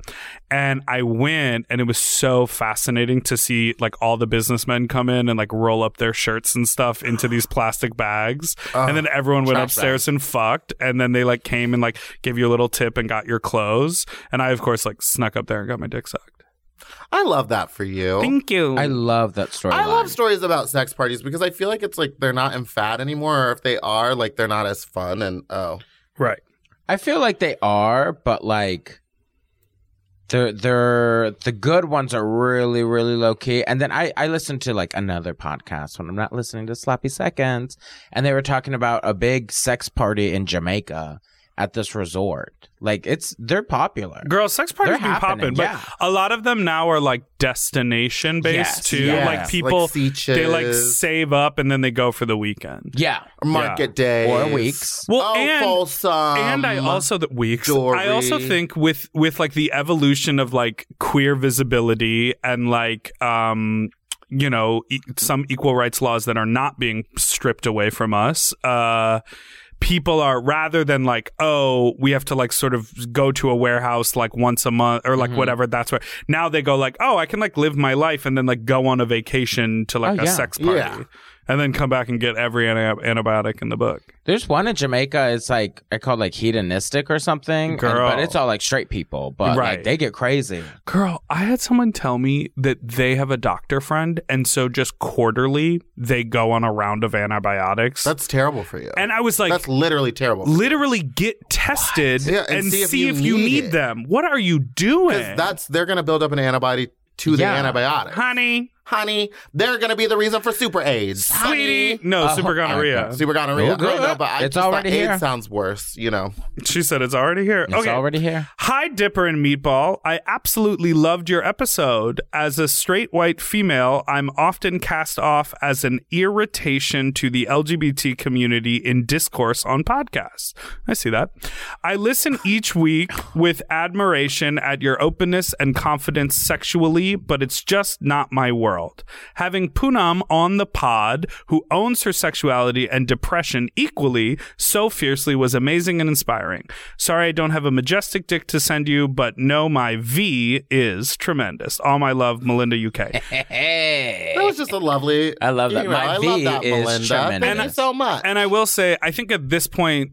[SPEAKER 4] And I went and it was so fascinating to see like all the businessmen come in and like roll up their shirts and stuff into these plastic bags. and then everyone went
[SPEAKER 3] trash
[SPEAKER 4] upstairs and fucked. And then they like came and like gave you a little tip and got your clothes. And I, of course, like snuck up there and got my dick sucked.
[SPEAKER 3] I love that for you.
[SPEAKER 4] Thank you.
[SPEAKER 5] I love that story.
[SPEAKER 3] I love stories about sex parties because I feel like it's like they're not in fad anymore, or if they are, like they're not as fun. And oh,
[SPEAKER 4] right.
[SPEAKER 5] I feel like they are, but like they're they're the good ones are really really low key. And then I I listen to like another podcast when I'm not listening to Sloppy Seconds, and they were talking about a big sex party in Jamaica at this resort. Like it's they're popular.
[SPEAKER 4] Girl, sex parties
[SPEAKER 5] They're
[SPEAKER 4] be popping,
[SPEAKER 5] happening,
[SPEAKER 4] but
[SPEAKER 5] yeah.
[SPEAKER 4] a lot of them now are like destination based
[SPEAKER 5] Yes,
[SPEAKER 4] too.
[SPEAKER 5] yes.
[SPEAKER 4] Like
[SPEAKER 5] Like
[SPEAKER 4] people, they like
[SPEAKER 3] beaches.
[SPEAKER 4] save up and then they go for the weekend.
[SPEAKER 5] Yeah,
[SPEAKER 3] market day
[SPEAKER 5] four weeks.
[SPEAKER 4] Well,
[SPEAKER 3] Oh,
[SPEAKER 4] and
[SPEAKER 3] Folsom.
[SPEAKER 4] and I also that weeks. I
[SPEAKER 3] Um, Dory.
[SPEAKER 4] also think with with like the evolution of like queer visibility and like um you know e- some equal rights laws that are not being stripped away from us. Uh, people are rather than like, oh, we have to like sort of go to a warehouse like once a month or like whatever. That's where now they go like, oh, I can like live my life and then like go on a vacation to like
[SPEAKER 5] Oh,
[SPEAKER 4] a
[SPEAKER 5] yeah.
[SPEAKER 4] sex party
[SPEAKER 3] Yeah.
[SPEAKER 4] and then come back and get every anti- antibiotic in the book.
[SPEAKER 5] There's one in Jamaica. It's like I call like hedonistic or something. and-
[SPEAKER 4] Girl.
[SPEAKER 5] but it's all like straight people. But
[SPEAKER 4] Right.
[SPEAKER 5] like they get crazy.
[SPEAKER 4] Girl, I had someone tell me that they have a doctor friend, and so just quarterly they go on a round of antibiotics.
[SPEAKER 3] That's terrible for you.
[SPEAKER 4] and I was like,
[SPEAKER 3] That's literally terrible.
[SPEAKER 4] literally get tested
[SPEAKER 3] Yeah,
[SPEAKER 4] and, see, if you, need,
[SPEAKER 3] it.
[SPEAKER 4] them. What are you doing?
[SPEAKER 3] Because that's they're gonna build up an antibody to the
[SPEAKER 5] Yeah.
[SPEAKER 3] antibiotic.
[SPEAKER 4] Honey,
[SPEAKER 3] Honey, they're gonna be the reason for super AIDS.
[SPEAKER 4] sweetie. No,
[SPEAKER 5] Uh-huh.
[SPEAKER 4] super gonorrhea.
[SPEAKER 5] okay.
[SPEAKER 3] Super gonorrhea.
[SPEAKER 5] Oh, good.
[SPEAKER 3] I don't know, but I just
[SPEAKER 5] It's
[SPEAKER 3] thought
[SPEAKER 5] already
[SPEAKER 3] AIDS
[SPEAKER 5] here.
[SPEAKER 3] sounds worse, you know.
[SPEAKER 4] She said it's already here.
[SPEAKER 5] It's
[SPEAKER 4] okay.
[SPEAKER 5] already here.
[SPEAKER 4] Hi, Dipper and Meatball. I absolutely loved your episode. As a straight white female, I'm often cast off as an irritation to the LGBT community in discourse on podcasts. I see that. I listen each week with admiration at your openness and confidence sexually, but it's just not my world. Having Poonam on the pod, who owns her sexuality and depression equally so fiercely, was amazing and inspiring. Sorry, I don't have a majestic dick to send you, but no, my V is tremendous. All my love, Melinda UK.
[SPEAKER 5] Hey.
[SPEAKER 3] That was just a lovely
[SPEAKER 5] I love that.
[SPEAKER 3] email.
[SPEAKER 5] My
[SPEAKER 3] I
[SPEAKER 5] V
[SPEAKER 3] love that,
[SPEAKER 5] is
[SPEAKER 3] Melinda. Thank
[SPEAKER 5] tremendous.
[SPEAKER 3] you so much.
[SPEAKER 4] and I will say, I think at this point,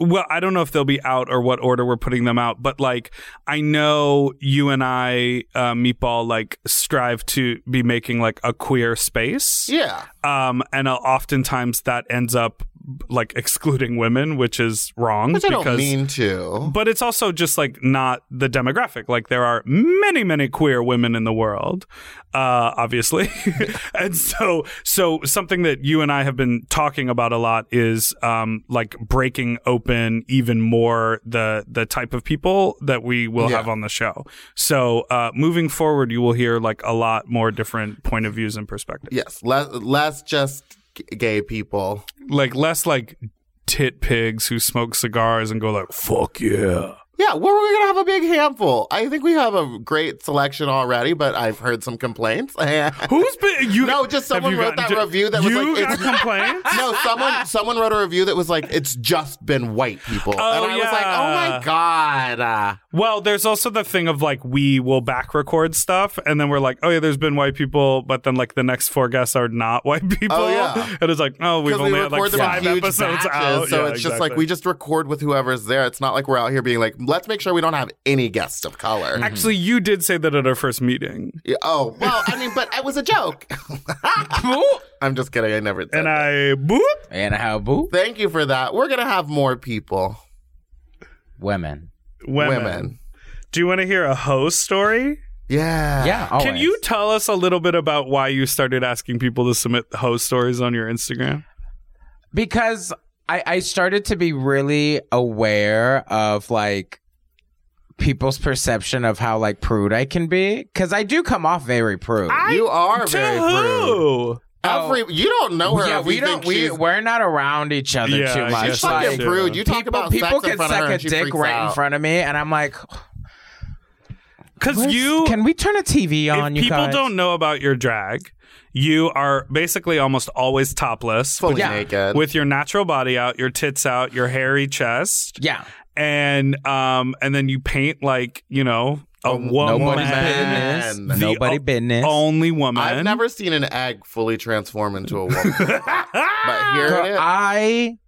[SPEAKER 4] well, I don't know if they'll be out or what order we're putting them out, but like, I know you and I, uh, Meatball, like, strive to be making like a queer space.
[SPEAKER 3] yeah.
[SPEAKER 4] Um, and uh, oftentimes that ends up like excluding women, which is wrong.
[SPEAKER 3] Which I
[SPEAKER 4] because,
[SPEAKER 3] don't mean to.
[SPEAKER 4] But it's also just like not the demographic. Like there are many, many queer women in the world, uh, obviously, and so so something that you and I have been talking about a lot is um, like breaking open even more the the type of people that we will
[SPEAKER 3] Yeah.
[SPEAKER 4] have on the show. So uh, moving forward, you will hear like a lot more different point of views and perspectives.
[SPEAKER 3] Yes. Less, less just g- gay people.
[SPEAKER 4] like less like tit pigs who smoke cigars and go like fuck yeah
[SPEAKER 3] Yeah, well, we're gonna have a big handful. I think we have a great selection already, but I've heard some complaints.
[SPEAKER 4] who's been you
[SPEAKER 3] No, just
[SPEAKER 4] have
[SPEAKER 3] someone
[SPEAKER 4] you
[SPEAKER 3] wrote
[SPEAKER 4] gotten
[SPEAKER 3] that review that was
[SPEAKER 4] you
[SPEAKER 3] like,
[SPEAKER 4] got
[SPEAKER 3] it's-
[SPEAKER 4] complaints
[SPEAKER 3] no, someone someone wrote a review that was like, "It's just been white people,"
[SPEAKER 4] Oh,
[SPEAKER 3] and I was like, "Oh
[SPEAKER 4] yeah.
[SPEAKER 3] my god!" Uh,
[SPEAKER 4] well there's also the thing of like we will back record stuff and then we're like oh yeah there's been white people but then like the next four guests are not white people
[SPEAKER 3] Oh, yeah.
[SPEAKER 4] and it's like oh we've
[SPEAKER 3] 'Cause
[SPEAKER 4] only
[SPEAKER 3] we
[SPEAKER 4] had like
[SPEAKER 3] record them in
[SPEAKER 4] five
[SPEAKER 3] huge
[SPEAKER 4] episodes
[SPEAKER 3] batches,
[SPEAKER 4] out
[SPEAKER 3] so
[SPEAKER 4] Yeah,
[SPEAKER 3] it's just like
[SPEAKER 4] exactly.
[SPEAKER 3] we just record with whoever's there. It's not like we're out here being like, "Let's make sure we don't have any guests of color."
[SPEAKER 4] actually you did say that at our first meeting
[SPEAKER 3] Yeah, Oh well, I mean, but it was a joke. I'm just kidding. I never. Said
[SPEAKER 4] and
[SPEAKER 3] that.
[SPEAKER 4] i boop
[SPEAKER 5] and how boo
[SPEAKER 3] Thank you for that. We're gonna have more people,
[SPEAKER 5] women.
[SPEAKER 4] women.
[SPEAKER 3] women.
[SPEAKER 4] do you want to hear a hoe story
[SPEAKER 3] Yeah.
[SPEAKER 5] Yeah. Always.
[SPEAKER 4] Can you tell us a little bit about why you started asking people to submit hoe stories on your Instagram?
[SPEAKER 5] because I, I started to be really aware of like people's perception of how like prude I can be because I do come off very prude.
[SPEAKER 3] You are
[SPEAKER 4] to
[SPEAKER 3] very rude.
[SPEAKER 4] who?
[SPEAKER 5] Oh.
[SPEAKER 3] Every you don't know her.
[SPEAKER 5] yeah,
[SPEAKER 3] if
[SPEAKER 5] we
[SPEAKER 3] you
[SPEAKER 5] don't.
[SPEAKER 3] Think
[SPEAKER 5] We
[SPEAKER 3] she's,
[SPEAKER 5] we're not around each other
[SPEAKER 4] Yeah, I
[SPEAKER 5] too much.
[SPEAKER 4] guess
[SPEAKER 3] she's fucking
[SPEAKER 4] like-
[SPEAKER 3] prude. You talk
[SPEAKER 5] people,
[SPEAKER 3] about
[SPEAKER 5] people
[SPEAKER 3] sex in
[SPEAKER 5] can
[SPEAKER 3] front of her
[SPEAKER 5] suck a
[SPEAKER 3] and she
[SPEAKER 5] dick
[SPEAKER 3] freaks
[SPEAKER 5] right
[SPEAKER 3] out.
[SPEAKER 5] in front of me, and I'm like,
[SPEAKER 4] Because
[SPEAKER 5] "Let's-
[SPEAKER 4] you,
[SPEAKER 5] can we turn a TV on?
[SPEAKER 4] if
[SPEAKER 5] you
[SPEAKER 4] people
[SPEAKER 5] guys?
[SPEAKER 4] don't know about your drag, you are basically almost always topless,
[SPEAKER 3] fully
[SPEAKER 4] with,
[SPEAKER 5] Yeah.
[SPEAKER 3] naked.
[SPEAKER 4] with your natural body out, your tits out, your hairy chest,
[SPEAKER 5] Yeah,
[SPEAKER 4] and um, and then you paint like you know a
[SPEAKER 3] Um,
[SPEAKER 4] woman,
[SPEAKER 5] nobody
[SPEAKER 3] man.
[SPEAKER 5] business.
[SPEAKER 3] The
[SPEAKER 5] Nobody
[SPEAKER 4] o-
[SPEAKER 5] business.
[SPEAKER 4] only woman.
[SPEAKER 3] I've never seen an egg fully transform into a woman. but here
[SPEAKER 5] Girl,
[SPEAKER 3] it is.
[SPEAKER 5] I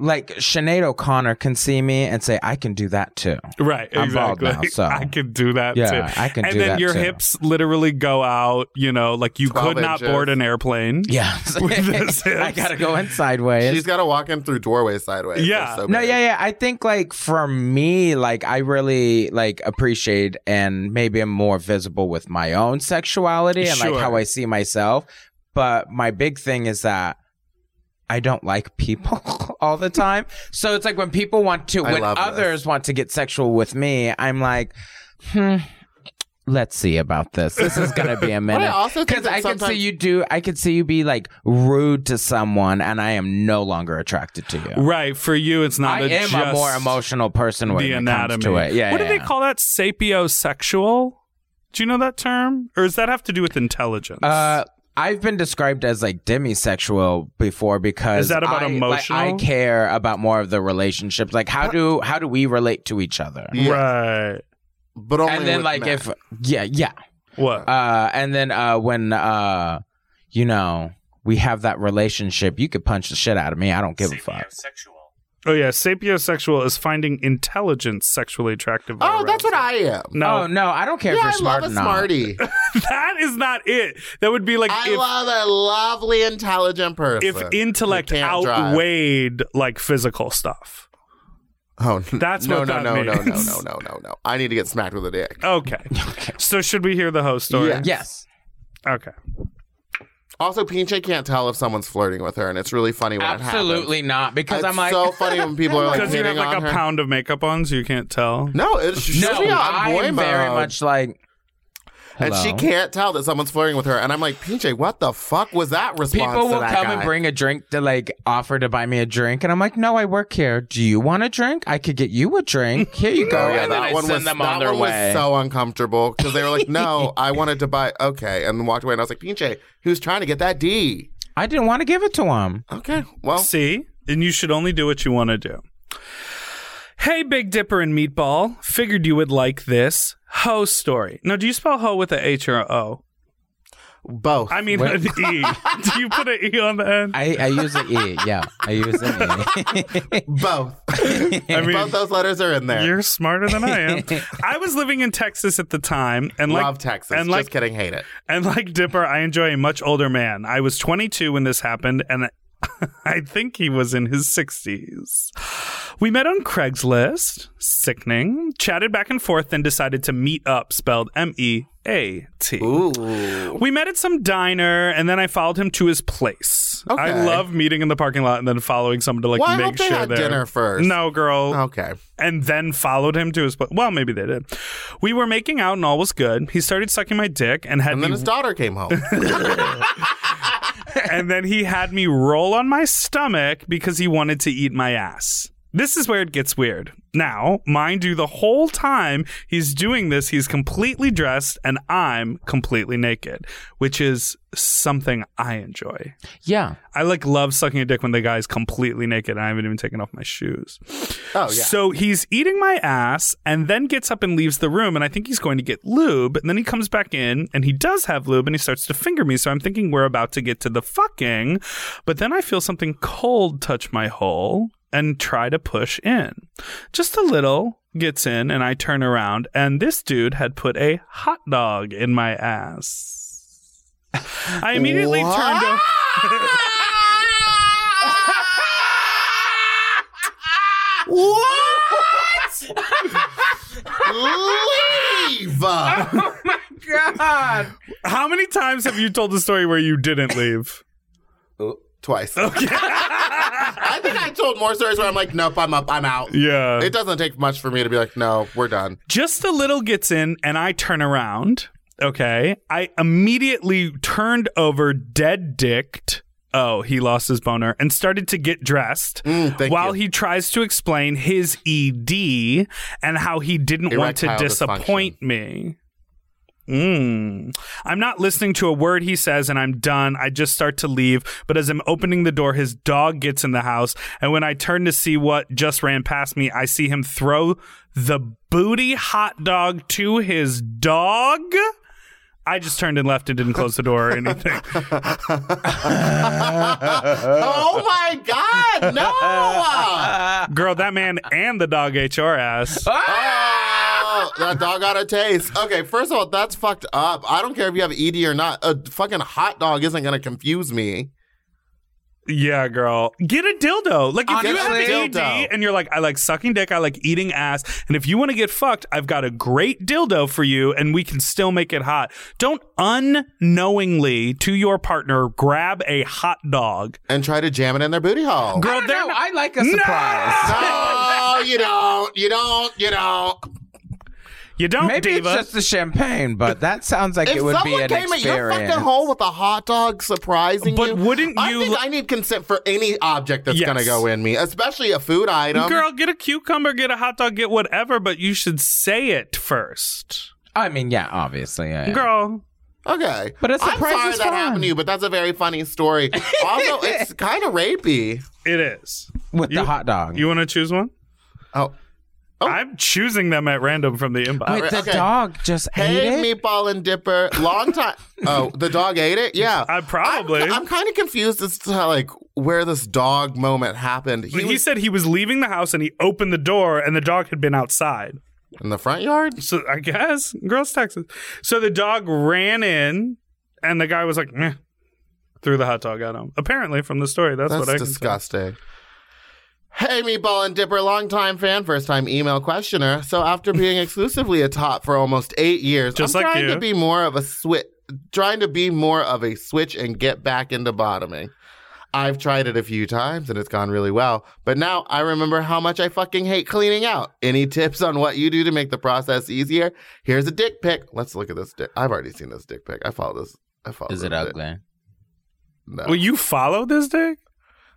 [SPEAKER 5] like Sinead O'Connor can see me and say, I can do that too.
[SPEAKER 4] Right,
[SPEAKER 5] I'm bald
[SPEAKER 4] exactly.
[SPEAKER 5] now, so-
[SPEAKER 4] I can do that
[SPEAKER 5] Yeah,
[SPEAKER 4] too.
[SPEAKER 5] I can
[SPEAKER 4] and
[SPEAKER 5] do
[SPEAKER 4] then
[SPEAKER 5] that
[SPEAKER 4] your
[SPEAKER 5] too.
[SPEAKER 4] hips literally go out, you know, like you
[SPEAKER 3] 12
[SPEAKER 4] could not
[SPEAKER 3] inches.
[SPEAKER 4] board an airplane.
[SPEAKER 5] Yeah.
[SPEAKER 4] With those hips.
[SPEAKER 5] I gotta go in sideways.
[SPEAKER 3] She's got to walk in through doorways sideways.
[SPEAKER 4] Yeah.
[SPEAKER 3] They're so
[SPEAKER 5] no,
[SPEAKER 3] big.
[SPEAKER 5] yeah, yeah. I think like for me, like I really like appreciate and maybe I'm more visible with my own sexuality and
[SPEAKER 4] Sure.
[SPEAKER 5] like how I see myself. But my big thing is that I don't like people all the time. So it's like when people want to,
[SPEAKER 3] I
[SPEAKER 5] when
[SPEAKER 3] love this.
[SPEAKER 5] others want to get sexual with me, I'm like, hmm. Let's see about this. This is gonna be a
[SPEAKER 3] But I
[SPEAKER 5] minute.
[SPEAKER 3] also think
[SPEAKER 5] Because
[SPEAKER 3] that
[SPEAKER 5] I could see
[SPEAKER 3] sometimes-
[SPEAKER 5] you do, I could see you be like rude to someone, and I am no longer attracted to you.
[SPEAKER 4] Right, for you, it's not
[SPEAKER 5] I
[SPEAKER 4] a
[SPEAKER 5] am
[SPEAKER 4] just
[SPEAKER 5] a more emotional person when
[SPEAKER 4] the
[SPEAKER 5] it
[SPEAKER 4] anatomy.
[SPEAKER 5] comes to it. Yeah.
[SPEAKER 4] what
[SPEAKER 5] yeah,
[SPEAKER 4] do they
[SPEAKER 5] yeah.
[SPEAKER 4] call that? Sapiosexual? Do you know that term, or does that have to do with intelligence?
[SPEAKER 5] Uh, I've been described as like demisexual before because
[SPEAKER 4] Is that about
[SPEAKER 5] I, like,
[SPEAKER 4] emotional?
[SPEAKER 5] I care about more of the relationships. Like how do how do we relate to each other?
[SPEAKER 3] Yeah.
[SPEAKER 4] Right.
[SPEAKER 3] But only
[SPEAKER 5] And then
[SPEAKER 3] with
[SPEAKER 5] like
[SPEAKER 3] men.
[SPEAKER 5] if yeah yeah
[SPEAKER 4] What?
[SPEAKER 5] uh, and then uh, when uh, you know we have that relationship, you could punch the shit out of me. I don't give a fuck.
[SPEAKER 4] oh yeah, sapiosexual is finding intelligent sexually attractive. or
[SPEAKER 3] oh, that's what
[SPEAKER 4] arousing.
[SPEAKER 3] I am.
[SPEAKER 4] No,
[SPEAKER 5] Oh no, I don't care
[SPEAKER 3] yeah,
[SPEAKER 5] if you're
[SPEAKER 3] I
[SPEAKER 5] smart
[SPEAKER 3] love a
[SPEAKER 5] or not.
[SPEAKER 3] smarty.
[SPEAKER 4] that is not it. That would be like
[SPEAKER 3] I
[SPEAKER 4] if,
[SPEAKER 3] love a lovely, intelligent person.
[SPEAKER 4] if intellect
[SPEAKER 3] who can't drive.
[SPEAKER 4] outweighed like physical stuff.
[SPEAKER 3] Oh, n-
[SPEAKER 4] That's
[SPEAKER 3] no,
[SPEAKER 4] what
[SPEAKER 3] no,
[SPEAKER 4] that
[SPEAKER 3] no, no, no,
[SPEAKER 4] means.
[SPEAKER 3] no, no, no, no. I need to get smacked with a dick.
[SPEAKER 4] Okay. so should we hear the host story?
[SPEAKER 3] Yeah.
[SPEAKER 5] Yes,
[SPEAKER 4] Okay.
[SPEAKER 3] Also, Pinche can't tell if someone's flirting with her, and it's really funny when
[SPEAKER 5] absolutely not.
[SPEAKER 3] it happens.
[SPEAKER 5] Because
[SPEAKER 3] it's
[SPEAKER 5] I'm like,
[SPEAKER 3] so funny when people are like
[SPEAKER 4] Because you
[SPEAKER 3] hitting
[SPEAKER 4] have like a
[SPEAKER 3] on her.
[SPEAKER 4] pound of makeup on, so you can't tell.
[SPEAKER 3] no, it should
[SPEAKER 5] no,
[SPEAKER 3] be on boy
[SPEAKER 5] I'm very
[SPEAKER 3] mode.
[SPEAKER 5] much like.
[SPEAKER 3] and she
[SPEAKER 5] hello?
[SPEAKER 3] can't tell that someone's flirting with her. And I'm like, Pinche, what the fuck was that response?
[SPEAKER 5] People
[SPEAKER 3] to
[SPEAKER 5] will
[SPEAKER 3] that
[SPEAKER 5] come
[SPEAKER 3] guy?
[SPEAKER 5] and bring a drink to like offer to buy me a drink, and I'm like, no, I work here. Do you want a drink? I could get you a drink. Here you
[SPEAKER 3] Oh,
[SPEAKER 5] go.
[SPEAKER 3] yeah,
[SPEAKER 5] and then
[SPEAKER 3] that
[SPEAKER 5] I
[SPEAKER 3] one
[SPEAKER 5] send
[SPEAKER 3] was,
[SPEAKER 5] them
[SPEAKER 3] that
[SPEAKER 5] on their
[SPEAKER 3] one
[SPEAKER 5] way.
[SPEAKER 3] was so uncomfortable because they were like, "No, I wanted to buy." Okay, and walked away, and I was like, "Pinche, he was trying to get that D."
[SPEAKER 5] I didn't want to give it to him.
[SPEAKER 3] Okay, well,
[SPEAKER 4] See? And you should only do what you want to do. Hey, Big Dipper and Meatball. Figured you would like this hoe story. Now, do you spell hoe with a H or a O?
[SPEAKER 3] both.
[SPEAKER 4] I mean,
[SPEAKER 5] What?
[SPEAKER 4] an E. do you put an E on the end?
[SPEAKER 5] I, I use an E. Yeah, I use an E.
[SPEAKER 3] both.
[SPEAKER 4] I mean,
[SPEAKER 3] both those letters are in there.
[SPEAKER 4] You're smarter than I am. I was living in Texas at the time, and like
[SPEAKER 3] Love Texas.
[SPEAKER 4] and like
[SPEAKER 3] Just kidding, hate it.
[SPEAKER 4] and like Dipper, I enjoy a much older man. I was 22 when this happened, and I think he was in his 60s. We met on Craigslist, sickening, chatted back and forth, then decided to meet up, spelled M E A T.
[SPEAKER 3] Ooh.
[SPEAKER 4] We met at some diner, and then I followed him to his place.
[SPEAKER 3] Okay.
[SPEAKER 4] I love meeting in the parking lot and then following someone to like
[SPEAKER 3] Well, I
[SPEAKER 4] make
[SPEAKER 3] hope they
[SPEAKER 4] sure
[SPEAKER 3] had
[SPEAKER 4] they're-
[SPEAKER 3] dinner first. Oh.
[SPEAKER 4] No, girl
[SPEAKER 3] Okay.
[SPEAKER 4] and then followed him to his pla- well maybe they did we were making out and all was good he started sucking my dick and had
[SPEAKER 3] And then
[SPEAKER 4] me
[SPEAKER 3] his daughter came home.
[SPEAKER 4] and then he had me roll on my stomach because he wanted to eat my ass this is where it gets weird. Now, mind you, the whole time he's doing this, he's completely dressed and I'm completely naked, which is something I enjoy.
[SPEAKER 5] yeah.
[SPEAKER 4] I like love sucking a dick when the guy's completely naked and I haven't even taken off my shoes.
[SPEAKER 3] Oh yeah.
[SPEAKER 4] So he's eating my ass and then gets up and leaves the room. And I think he's going to get lube. And then he comes back in and he does have lube and he starts to finger me. So I'm thinking we're about to get to the fucking. But then I feel something cold touch my hole and try to push in. Just a little gets in and I turn around and this dude had put a hot dog in my ass. I immediately turned over.
[SPEAKER 3] Leave. I
[SPEAKER 5] God.
[SPEAKER 4] How many times have you told the story where you didn't leave?
[SPEAKER 3] Twice. I think I told more stories where I'm like, nope, I'm up, I'm out.
[SPEAKER 4] Yeah.
[SPEAKER 3] It doesn't take much for me to be like, no, we're done.
[SPEAKER 4] just a little gets in and I turn around. Okay. I immediately turned over dead dicked. Oh, he lost his boner and started to get dressed
[SPEAKER 3] Mm, thank
[SPEAKER 4] while
[SPEAKER 3] you.
[SPEAKER 4] he tries to explain his ED and how he didn't want to
[SPEAKER 3] Erectile dysfunction.
[SPEAKER 4] disappoint me. Mm. I'm not listening to a word he says and I'm done. I just start to leave. But as I'm opening the door, his dog gets in the house. And when I turn to see what just ran past me, I see him throw the booty hot dog to his dog. I just turned and left and didn't close the door or anything. Uh.
[SPEAKER 3] oh my God, no! Ah.
[SPEAKER 4] Girl, that man and the dog ate your ass.
[SPEAKER 3] Oh, that dog got a taste. Okay, first of all, that's fucked up. I don't care if you have ED or not. A fucking hot dog isn't gonna confuse me.
[SPEAKER 4] Yeah, girl. Get a dildo. Like, if
[SPEAKER 5] Honestly-
[SPEAKER 4] you have an
[SPEAKER 3] Dildo.
[SPEAKER 4] ED and you're like, I like sucking dick, I like eating ass, and if you want to get fucked, I've got a great dildo for you, and we can still make it hot. Don't unknowingly to your partner grab a hot dog.
[SPEAKER 3] And try to jam it in their booty hole.
[SPEAKER 4] Girl, they're
[SPEAKER 5] I don't know.
[SPEAKER 4] not-
[SPEAKER 5] I like a surprise.
[SPEAKER 3] No, you don't. You don't. You don't.
[SPEAKER 4] you don't,
[SPEAKER 5] Maybe
[SPEAKER 4] diva.
[SPEAKER 5] it's just the champagne, but that sounds like
[SPEAKER 3] If
[SPEAKER 5] it would be
[SPEAKER 3] someone
[SPEAKER 5] an
[SPEAKER 3] came at your
[SPEAKER 5] experience.
[SPEAKER 3] fucking home with a hot dog surprising
[SPEAKER 4] But
[SPEAKER 3] you,
[SPEAKER 4] wouldn't
[SPEAKER 3] I
[SPEAKER 4] you-
[SPEAKER 3] think I need consent for any object that's
[SPEAKER 4] Yes.
[SPEAKER 3] gonna go in me, especially a food item.
[SPEAKER 4] Girl, get a cucumber, get a hot dog, get whatever, but you should say it first.
[SPEAKER 5] I mean, yeah, obviously. Yeah.
[SPEAKER 4] Girl,
[SPEAKER 3] Okay.
[SPEAKER 5] But a
[SPEAKER 3] I'm
[SPEAKER 5] surprise
[SPEAKER 3] sorry
[SPEAKER 5] is
[SPEAKER 3] that happened
[SPEAKER 5] fun.
[SPEAKER 3] to you, but that's a very funny story. also, it's kind of rapey.
[SPEAKER 4] It is.
[SPEAKER 5] with
[SPEAKER 4] You-
[SPEAKER 5] the hot dog.
[SPEAKER 4] You want to choose one?
[SPEAKER 3] Oh,
[SPEAKER 4] I'm choosing them at random from the inbox.
[SPEAKER 5] Wait, the
[SPEAKER 3] okay.
[SPEAKER 5] dog just
[SPEAKER 3] hey,
[SPEAKER 5] ate it.
[SPEAKER 3] meatball and dipper. Long time. oh, the dog ate it. Yeah,
[SPEAKER 4] I probably.
[SPEAKER 3] I'm, kind of confused as to like where this dog moment happened. He
[SPEAKER 4] he
[SPEAKER 3] was
[SPEAKER 4] said he was leaving the house and he opened the door and the dog had been outside.
[SPEAKER 3] in the front yard.
[SPEAKER 4] So I guess girls Texas. So the dog ran in and the guy was like, Meh, threw the hot dog at him. Apparently, from the story, that's,
[SPEAKER 3] That's
[SPEAKER 4] what I can tell.
[SPEAKER 3] disgusting. Hey, Meatball and Dipper, longtime fan, first time email questioner. So, after being exclusively a top for almost eight years,
[SPEAKER 4] Just
[SPEAKER 3] I'm
[SPEAKER 4] like
[SPEAKER 3] trying
[SPEAKER 4] you.
[SPEAKER 3] to be more of a switch, trying to be more of a switch and get back into bottoming. I've tried it a few times and it's gone really well, but now I remember how much I fucking hate cleaning out. Any tips on what you do to make the process easier? Here's a dick pic. Let's look at this dick. I've already seen this dick pic. I follow this. I follow.
[SPEAKER 5] Is
[SPEAKER 3] this
[SPEAKER 5] it
[SPEAKER 3] dick.
[SPEAKER 5] ugly?
[SPEAKER 3] No.
[SPEAKER 4] Well, you follow this dick?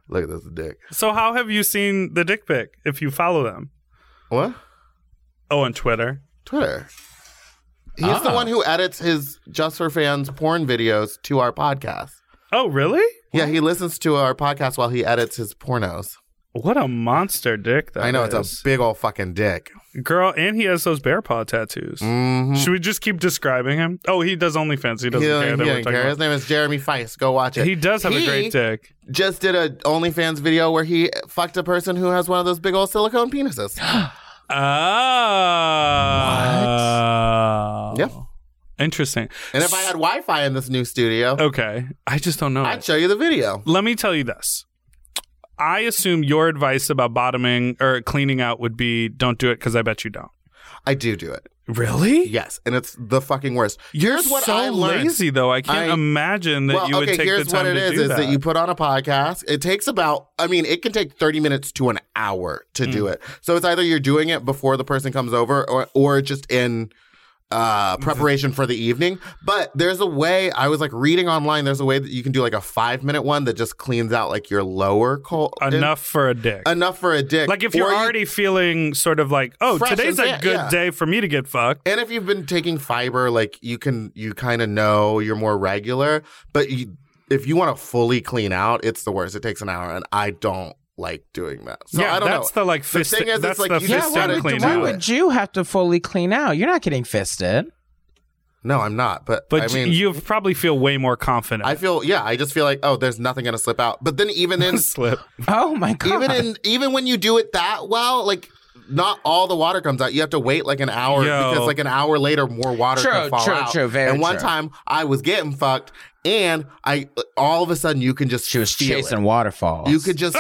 [SPEAKER 3] look at this dick.
[SPEAKER 4] So how have you seen the dick pic if you follow them?
[SPEAKER 3] What?
[SPEAKER 4] Oh, on Twitter.
[SPEAKER 3] Twitter. He's
[SPEAKER 4] Ah.
[SPEAKER 3] the one who edits his Just for Fans porn videos to our podcast.
[SPEAKER 4] Oh, really?
[SPEAKER 3] Yeah, he listens to our podcast while he edits his pornos.
[SPEAKER 4] What a monster dick that
[SPEAKER 3] I know
[SPEAKER 4] is.
[SPEAKER 3] it's a big old fucking dick.
[SPEAKER 4] girl, and he has those bear paw tattoos.
[SPEAKER 3] Mm-hmm.
[SPEAKER 4] Should we just keep describing him? Oh, he does OnlyFans. He
[SPEAKER 3] He
[SPEAKER 4] doesn't care
[SPEAKER 3] doesn't,
[SPEAKER 4] that we're
[SPEAKER 3] he doesn't
[SPEAKER 4] talking
[SPEAKER 3] care.
[SPEAKER 4] about-
[SPEAKER 3] His name is Jeremy Feist. Go watch it.
[SPEAKER 4] He does have a
[SPEAKER 3] He
[SPEAKER 4] great dick.
[SPEAKER 3] Just did a OnlyFans video where he fucked a person who has one of those big old silicone penises.
[SPEAKER 4] Oh.
[SPEAKER 3] Yep.
[SPEAKER 4] Interesting.
[SPEAKER 3] and if I had Wi-Fi in this new studio,
[SPEAKER 4] Oh. Okay. I just don't know.
[SPEAKER 3] I'd
[SPEAKER 4] it.
[SPEAKER 3] show you the video.
[SPEAKER 4] Let me tell you this. I assume your advice about bottoming or cleaning out would be don't do it because I bet you don't.
[SPEAKER 3] I do do it.
[SPEAKER 4] Really?
[SPEAKER 3] Yes, and it's the fucking worst.
[SPEAKER 4] You're
[SPEAKER 3] Here's what
[SPEAKER 4] so
[SPEAKER 3] I learned.
[SPEAKER 4] lazy though. I can't
[SPEAKER 3] I-
[SPEAKER 4] imagine that you would take
[SPEAKER 3] here's
[SPEAKER 4] the time
[SPEAKER 3] what it
[SPEAKER 4] to
[SPEAKER 3] is:
[SPEAKER 4] do
[SPEAKER 3] is
[SPEAKER 4] that.
[SPEAKER 3] that you put on a podcast. It takes about, I mean, it can take 30 minutes to an hour to
[SPEAKER 4] Mm.
[SPEAKER 3] do it. So it's either you're doing it before the person comes over or, or just in
[SPEAKER 4] Mm-hmm.
[SPEAKER 3] uh preparation for the evening but there's a way i was like reading online there's a way that you can do like a five minute one that just cleans out like your lower col
[SPEAKER 4] enough for a dick.
[SPEAKER 3] enough for a dick
[SPEAKER 4] like if you're
[SPEAKER 3] Or you-
[SPEAKER 4] already feeling sort of like, oh,
[SPEAKER 3] Fresh
[SPEAKER 4] today's
[SPEAKER 3] and
[SPEAKER 4] a
[SPEAKER 3] fit,
[SPEAKER 4] good
[SPEAKER 3] yeah.
[SPEAKER 4] day for me to get fucked.
[SPEAKER 3] And if you've been taking fiber, like you can, you kind of know you're more regular. But you, if you want to fully clean out, it's the worst. It takes an hour, and I don't like doing that. So
[SPEAKER 4] yeah,
[SPEAKER 3] I don't
[SPEAKER 4] that's
[SPEAKER 3] know.
[SPEAKER 4] the like fist.
[SPEAKER 3] thing is, it's
[SPEAKER 4] that's
[SPEAKER 3] like
[SPEAKER 4] the
[SPEAKER 3] you
[SPEAKER 4] fist
[SPEAKER 3] just
[SPEAKER 5] Yeah, why
[SPEAKER 3] gotta
[SPEAKER 4] and
[SPEAKER 5] would,
[SPEAKER 4] clean
[SPEAKER 3] do
[SPEAKER 5] why
[SPEAKER 4] out.
[SPEAKER 3] it.
[SPEAKER 5] would you have to fully clean out? You're not getting fisted.
[SPEAKER 3] no, I'm not. But,
[SPEAKER 4] But
[SPEAKER 3] I mean,
[SPEAKER 4] you probably feel way more confident.
[SPEAKER 3] I feel yeah. I just feel like oh, there's nothing gonna slip out. But then even in
[SPEAKER 4] slip.
[SPEAKER 5] Oh my god!
[SPEAKER 3] even in even when you do it that well, like. Not all the water comes out. You have to wait like an hour
[SPEAKER 4] Yo.
[SPEAKER 3] because like an hour later, more water
[SPEAKER 5] True,
[SPEAKER 3] can fall
[SPEAKER 5] true,
[SPEAKER 3] out.
[SPEAKER 5] true, very
[SPEAKER 3] and one
[SPEAKER 5] true.
[SPEAKER 3] time, I was getting fucked, and I all of a sudden you can just
[SPEAKER 5] she was
[SPEAKER 3] feel it.
[SPEAKER 5] chasing waterfalls.
[SPEAKER 3] You could just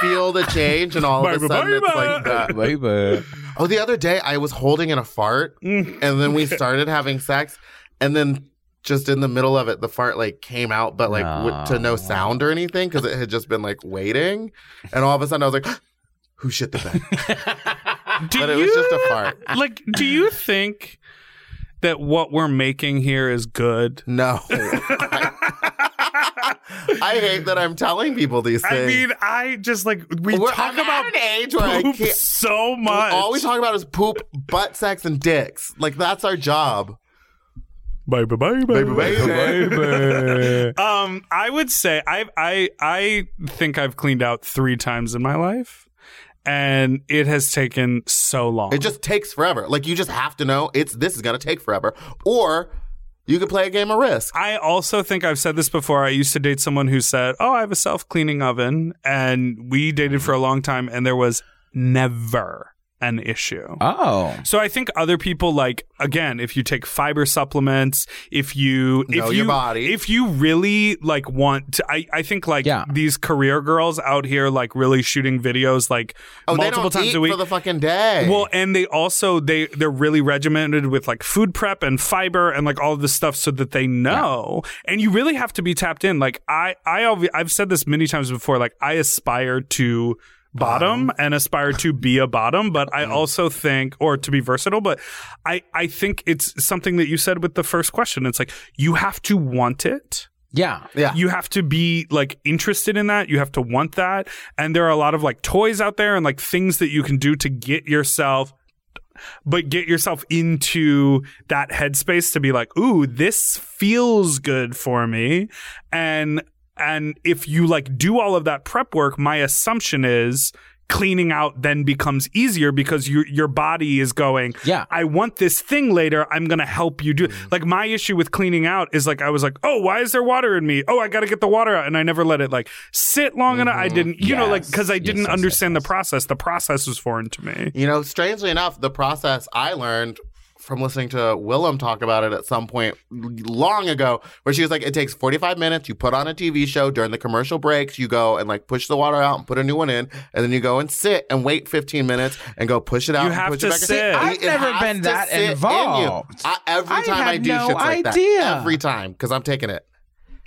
[SPEAKER 3] feel the change, and all of
[SPEAKER 4] Bye,
[SPEAKER 3] a
[SPEAKER 4] bye,
[SPEAKER 3] sudden it's
[SPEAKER 4] Ah! bye,
[SPEAKER 3] like
[SPEAKER 4] bye.
[SPEAKER 3] that. Oh, the other day I was holding in a fart,
[SPEAKER 4] Mm,
[SPEAKER 3] and then we started having sex, and then just in the middle of it, the fart like came out, but like with, to no sound or anything because it had just been like waiting, and all of a sudden I was like, "Who shit the bed?"
[SPEAKER 4] Do
[SPEAKER 3] But it
[SPEAKER 4] you
[SPEAKER 3] was just a fart.
[SPEAKER 4] like? Do you think that what we're making here is good?
[SPEAKER 3] No. I hate that I'm telling people these things.
[SPEAKER 4] I mean, I just like we
[SPEAKER 3] We're-
[SPEAKER 4] talk
[SPEAKER 3] I'm
[SPEAKER 4] about
[SPEAKER 3] at an age where I
[SPEAKER 4] poop
[SPEAKER 3] can't-
[SPEAKER 4] so much.
[SPEAKER 3] all we talk about is poop, butt sex, and dicks. Like that's our job.
[SPEAKER 4] bye, bye, bye, bye,
[SPEAKER 5] Baby.
[SPEAKER 4] Um, I would say I I I think I've cleaned out three times in my life, and it has taken so long.
[SPEAKER 3] It just takes forever. Like you just have to know it's this is gonna take forever. Or you could play a game of risk.
[SPEAKER 4] I also think I've said this before. I used to date someone who said, "Oh, I have a self-cleaning oven," and we dated for a long time, and there was never an issue.
[SPEAKER 5] Oh,
[SPEAKER 4] So I think other people like again, if you take fiber supplements, if you if
[SPEAKER 3] Know
[SPEAKER 4] you
[SPEAKER 3] your body.
[SPEAKER 4] if you really like want to, I I think like
[SPEAKER 5] Yeah.
[SPEAKER 4] these career girls out here like really shooting videos like
[SPEAKER 3] Oh, they
[SPEAKER 4] multiple
[SPEAKER 3] don't
[SPEAKER 4] times
[SPEAKER 3] eat
[SPEAKER 4] a week.
[SPEAKER 3] for the fucking day.
[SPEAKER 4] well, and they also they they're really regimented with like food prep and fiber and like all of this stuff so that they know. And you really have to be tapped in. Like I I alv- I've said this many times before. Like I aspire to bottom and aspire to be a bottom, but I also think or to be versatile. But I I think it's something that you said with the first question. It's like you have to want it
[SPEAKER 5] yeah.
[SPEAKER 3] yeah.
[SPEAKER 4] you have to be like interested in that you have to want that and there are a lot of like toys out there and like things that you can do to get yourself but get yourself into that headspace to be like, ooh, this feels good for me. And and if you like do all of that prep work, my assumption is cleaning out then becomes easier because your your body is going,
[SPEAKER 5] Yeah.
[SPEAKER 4] I want this thing later. I'm gonna help you do.
[SPEAKER 5] Mm.
[SPEAKER 4] Like my issue with cleaning out is like I was like, oh, why is there water in me? Oh, I gotta get the water out, and I never let it like sit long enough. I didn't, you know, like
[SPEAKER 5] Mm-hmm. Yes.
[SPEAKER 4] because I
[SPEAKER 5] Yes,
[SPEAKER 4] didn't
[SPEAKER 5] yes, yes,
[SPEAKER 4] understand
[SPEAKER 5] yes.
[SPEAKER 4] the process. The process was foreign to me.
[SPEAKER 3] You know, strangely enough, the process I learned from listening to Willem talk about it at some point long ago, where she was like, it takes 45 minutes. You put on a TV show during the commercial breaks. You go and like push the water out and put a new one in. And then you go and sit and wait 15 minutes and go push it out.
[SPEAKER 4] You
[SPEAKER 3] and
[SPEAKER 4] have
[SPEAKER 3] push
[SPEAKER 4] to
[SPEAKER 3] it back in.
[SPEAKER 4] sit.
[SPEAKER 3] It-
[SPEAKER 5] I've
[SPEAKER 3] it
[SPEAKER 5] never
[SPEAKER 3] has
[SPEAKER 5] been
[SPEAKER 3] to
[SPEAKER 5] that
[SPEAKER 3] sit in you.
[SPEAKER 5] involved.
[SPEAKER 3] I, every
[SPEAKER 5] I
[SPEAKER 3] time I
[SPEAKER 5] had
[SPEAKER 3] do
[SPEAKER 5] no
[SPEAKER 3] shits like
[SPEAKER 5] idea.
[SPEAKER 3] that. Every time. Because I'm taking it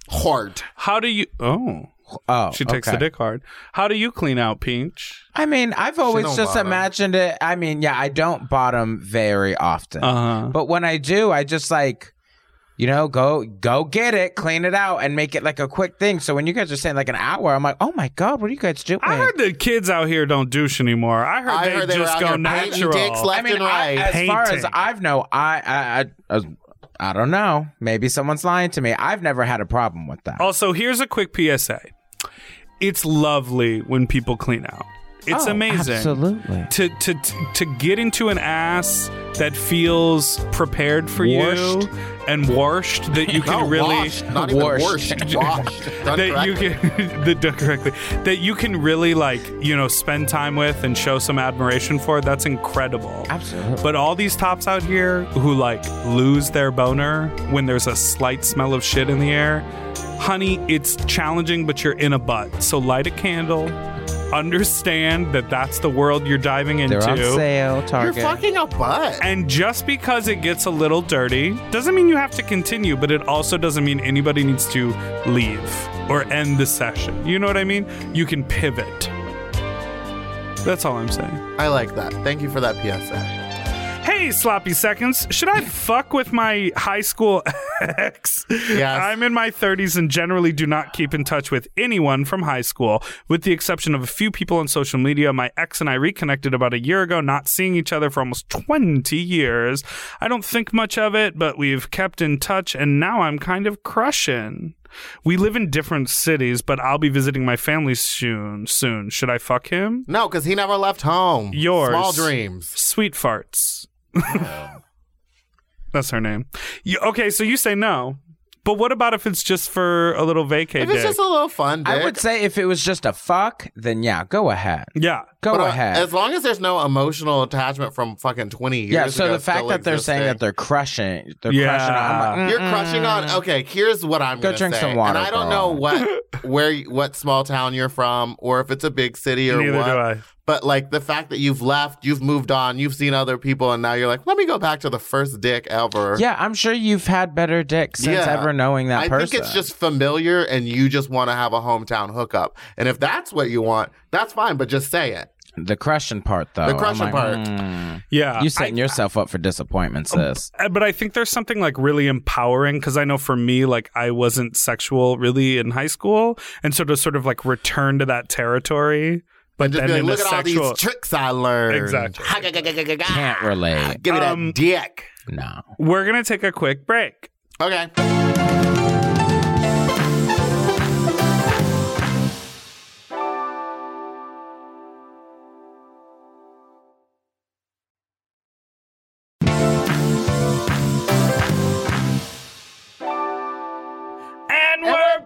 [SPEAKER 3] hard.
[SPEAKER 4] How do you? Oh,
[SPEAKER 5] Oh,
[SPEAKER 4] she takes
[SPEAKER 5] okay.
[SPEAKER 4] the dick hard. How do you clean out, Peach?
[SPEAKER 5] I mean, I've always
[SPEAKER 3] don't
[SPEAKER 5] just
[SPEAKER 3] bottom.
[SPEAKER 5] imagined it. I mean, yeah, I don't bottom very often,
[SPEAKER 4] Uh huh.
[SPEAKER 5] but when I do, I just like, you know, go go get it, clean it out, and make it like a quick thing. So when you guys are saying like an hour, I'm like, oh my god, what are you guys doing?
[SPEAKER 4] I heard the kids out here don't douche anymore. I heard
[SPEAKER 3] I
[SPEAKER 4] they
[SPEAKER 3] heard they were
[SPEAKER 4] just
[SPEAKER 3] out
[SPEAKER 4] go
[SPEAKER 3] here painting
[SPEAKER 4] natural.
[SPEAKER 3] dicks left
[SPEAKER 5] I mean,
[SPEAKER 3] and
[SPEAKER 5] I-
[SPEAKER 3] right.
[SPEAKER 5] as far as
[SPEAKER 4] Painting.
[SPEAKER 5] I've know, I I. I, I I don't know. Maybe someone's lying to me. I've never had a problem with that.
[SPEAKER 4] Also, here's a quick PSA. It's lovely when people clean out. It's
[SPEAKER 5] Oh,
[SPEAKER 4] amazing.
[SPEAKER 5] Absolutely.
[SPEAKER 4] To, to to get into an ass that feels prepared for
[SPEAKER 5] Washed.
[SPEAKER 4] you and washed that you can
[SPEAKER 3] Not
[SPEAKER 4] really
[SPEAKER 3] washed, not even
[SPEAKER 5] Washed.
[SPEAKER 3] washed, washed, done
[SPEAKER 4] that
[SPEAKER 3] correctly.
[SPEAKER 4] you can that done correctly that you can really like you know spend time with and show some admiration for that's incredible
[SPEAKER 5] Absolutely.
[SPEAKER 4] but all these tops out here who like lose their boner when there's a slight smell of shit in the air honey it's challenging but you're in a butt so light a candle understand that that's the world you're diving into
[SPEAKER 5] They're on sale.
[SPEAKER 3] You're
[SPEAKER 5] Target.
[SPEAKER 3] fucking a butt.
[SPEAKER 4] and just because it gets a little dirty doesn't mean you have to continue, but it also doesn't mean anybody needs to leave or end the session. You know what I mean? You can pivot. That's all I'm saying.
[SPEAKER 3] I like that. Thank you for that PSA.
[SPEAKER 4] Hey, sloppy seconds. Should I fuck with my high school ex?
[SPEAKER 3] Yes.
[SPEAKER 4] I'm in my 30s and generally do not keep in touch with anyone from high school, with the exception of a few people on social media. My ex and I reconnected about a year ago, not seeing each other for almost 20 years. I don't think much of it, but we've kept in touch, and now I'm kind of crushing. We live in different cities, but I'll be visiting my family soon. Soon, should I fuck him?
[SPEAKER 3] No, because he never left home.
[SPEAKER 4] Yours.
[SPEAKER 3] Small dreams.
[SPEAKER 4] Sweet farts. That's her name. You, okay, so you say no, but what about if it's just for a little vacay?
[SPEAKER 3] If it's
[SPEAKER 4] dick?
[SPEAKER 3] just a little fun, dick.
[SPEAKER 5] I would say if it was just a fuck, then yeah, go ahead.
[SPEAKER 4] yeah.
[SPEAKER 5] Go
[SPEAKER 3] But, uh,
[SPEAKER 5] ahead.
[SPEAKER 3] As long as there's no emotional attachment from fucking 20 years.
[SPEAKER 5] yeah, so
[SPEAKER 3] ago
[SPEAKER 5] the fact
[SPEAKER 3] still
[SPEAKER 5] that they're saying that
[SPEAKER 3] existing.
[SPEAKER 5] they're crushing, they're
[SPEAKER 4] Yeah.
[SPEAKER 5] crushing. mm, I'm like,
[SPEAKER 3] You're
[SPEAKER 5] mm-mm.
[SPEAKER 3] crushing on. Okay, here's what I'm
[SPEAKER 5] Go
[SPEAKER 3] gonna
[SPEAKER 5] drink
[SPEAKER 3] say,
[SPEAKER 5] some water,
[SPEAKER 3] And I don't
[SPEAKER 5] girl.
[SPEAKER 3] know what, where, you- what small town you're from, or if it's a big city or
[SPEAKER 4] Neither
[SPEAKER 3] what.
[SPEAKER 4] do I.
[SPEAKER 3] But like the fact that you've left, you've moved on, you've seen other people, and now you're like, let me go back to the first dick ever.
[SPEAKER 5] Yeah, I'm sure you've had better dick since
[SPEAKER 3] Yeah.
[SPEAKER 5] ever knowing that
[SPEAKER 3] I
[SPEAKER 5] person.
[SPEAKER 3] think it's just familiar and you just want to have a hometown hookup. And if that's what you want, that's fine, but just say it.
[SPEAKER 5] the crushing part, though.
[SPEAKER 3] The
[SPEAKER 5] Oh, I'm
[SPEAKER 3] crushing
[SPEAKER 5] like,
[SPEAKER 3] part.
[SPEAKER 5] mm.
[SPEAKER 4] Yeah.
[SPEAKER 5] You setting yourself up for disappointment, sis.
[SPEAKER 4] Uh, but I think there's something like really empowering because I know for me, like I wasn't sexual really in high school, and so to sort of like return to that territory, but
[SPEAKER 3] And
[SPEAKER 4] then
[SPEAKER 3] just be like,
[SPEAKER 4] in
[SPEAKER 3] look
[SPEAKER 4] a
[SPEAKER 3] at
[SPEAKER 4] sexual.
[SPEAKER 3] all these tricks I learned.
[SPEAKER 4] Exactly.
[SPEAKER 3] Ha, ga, ga, ga, ga, ga, ga.
[SPEAKER 5] Can't relate.
[SPEAKER 3] Give me
[SPEAKER 4] Um,
[SPEAKER 3] that dick.
[SPEAKER 5] No.
[SPEAKER 4] We're gonna take a quick break.
[SPEAKER 3] Okay.
[SPEAKER 4] And we're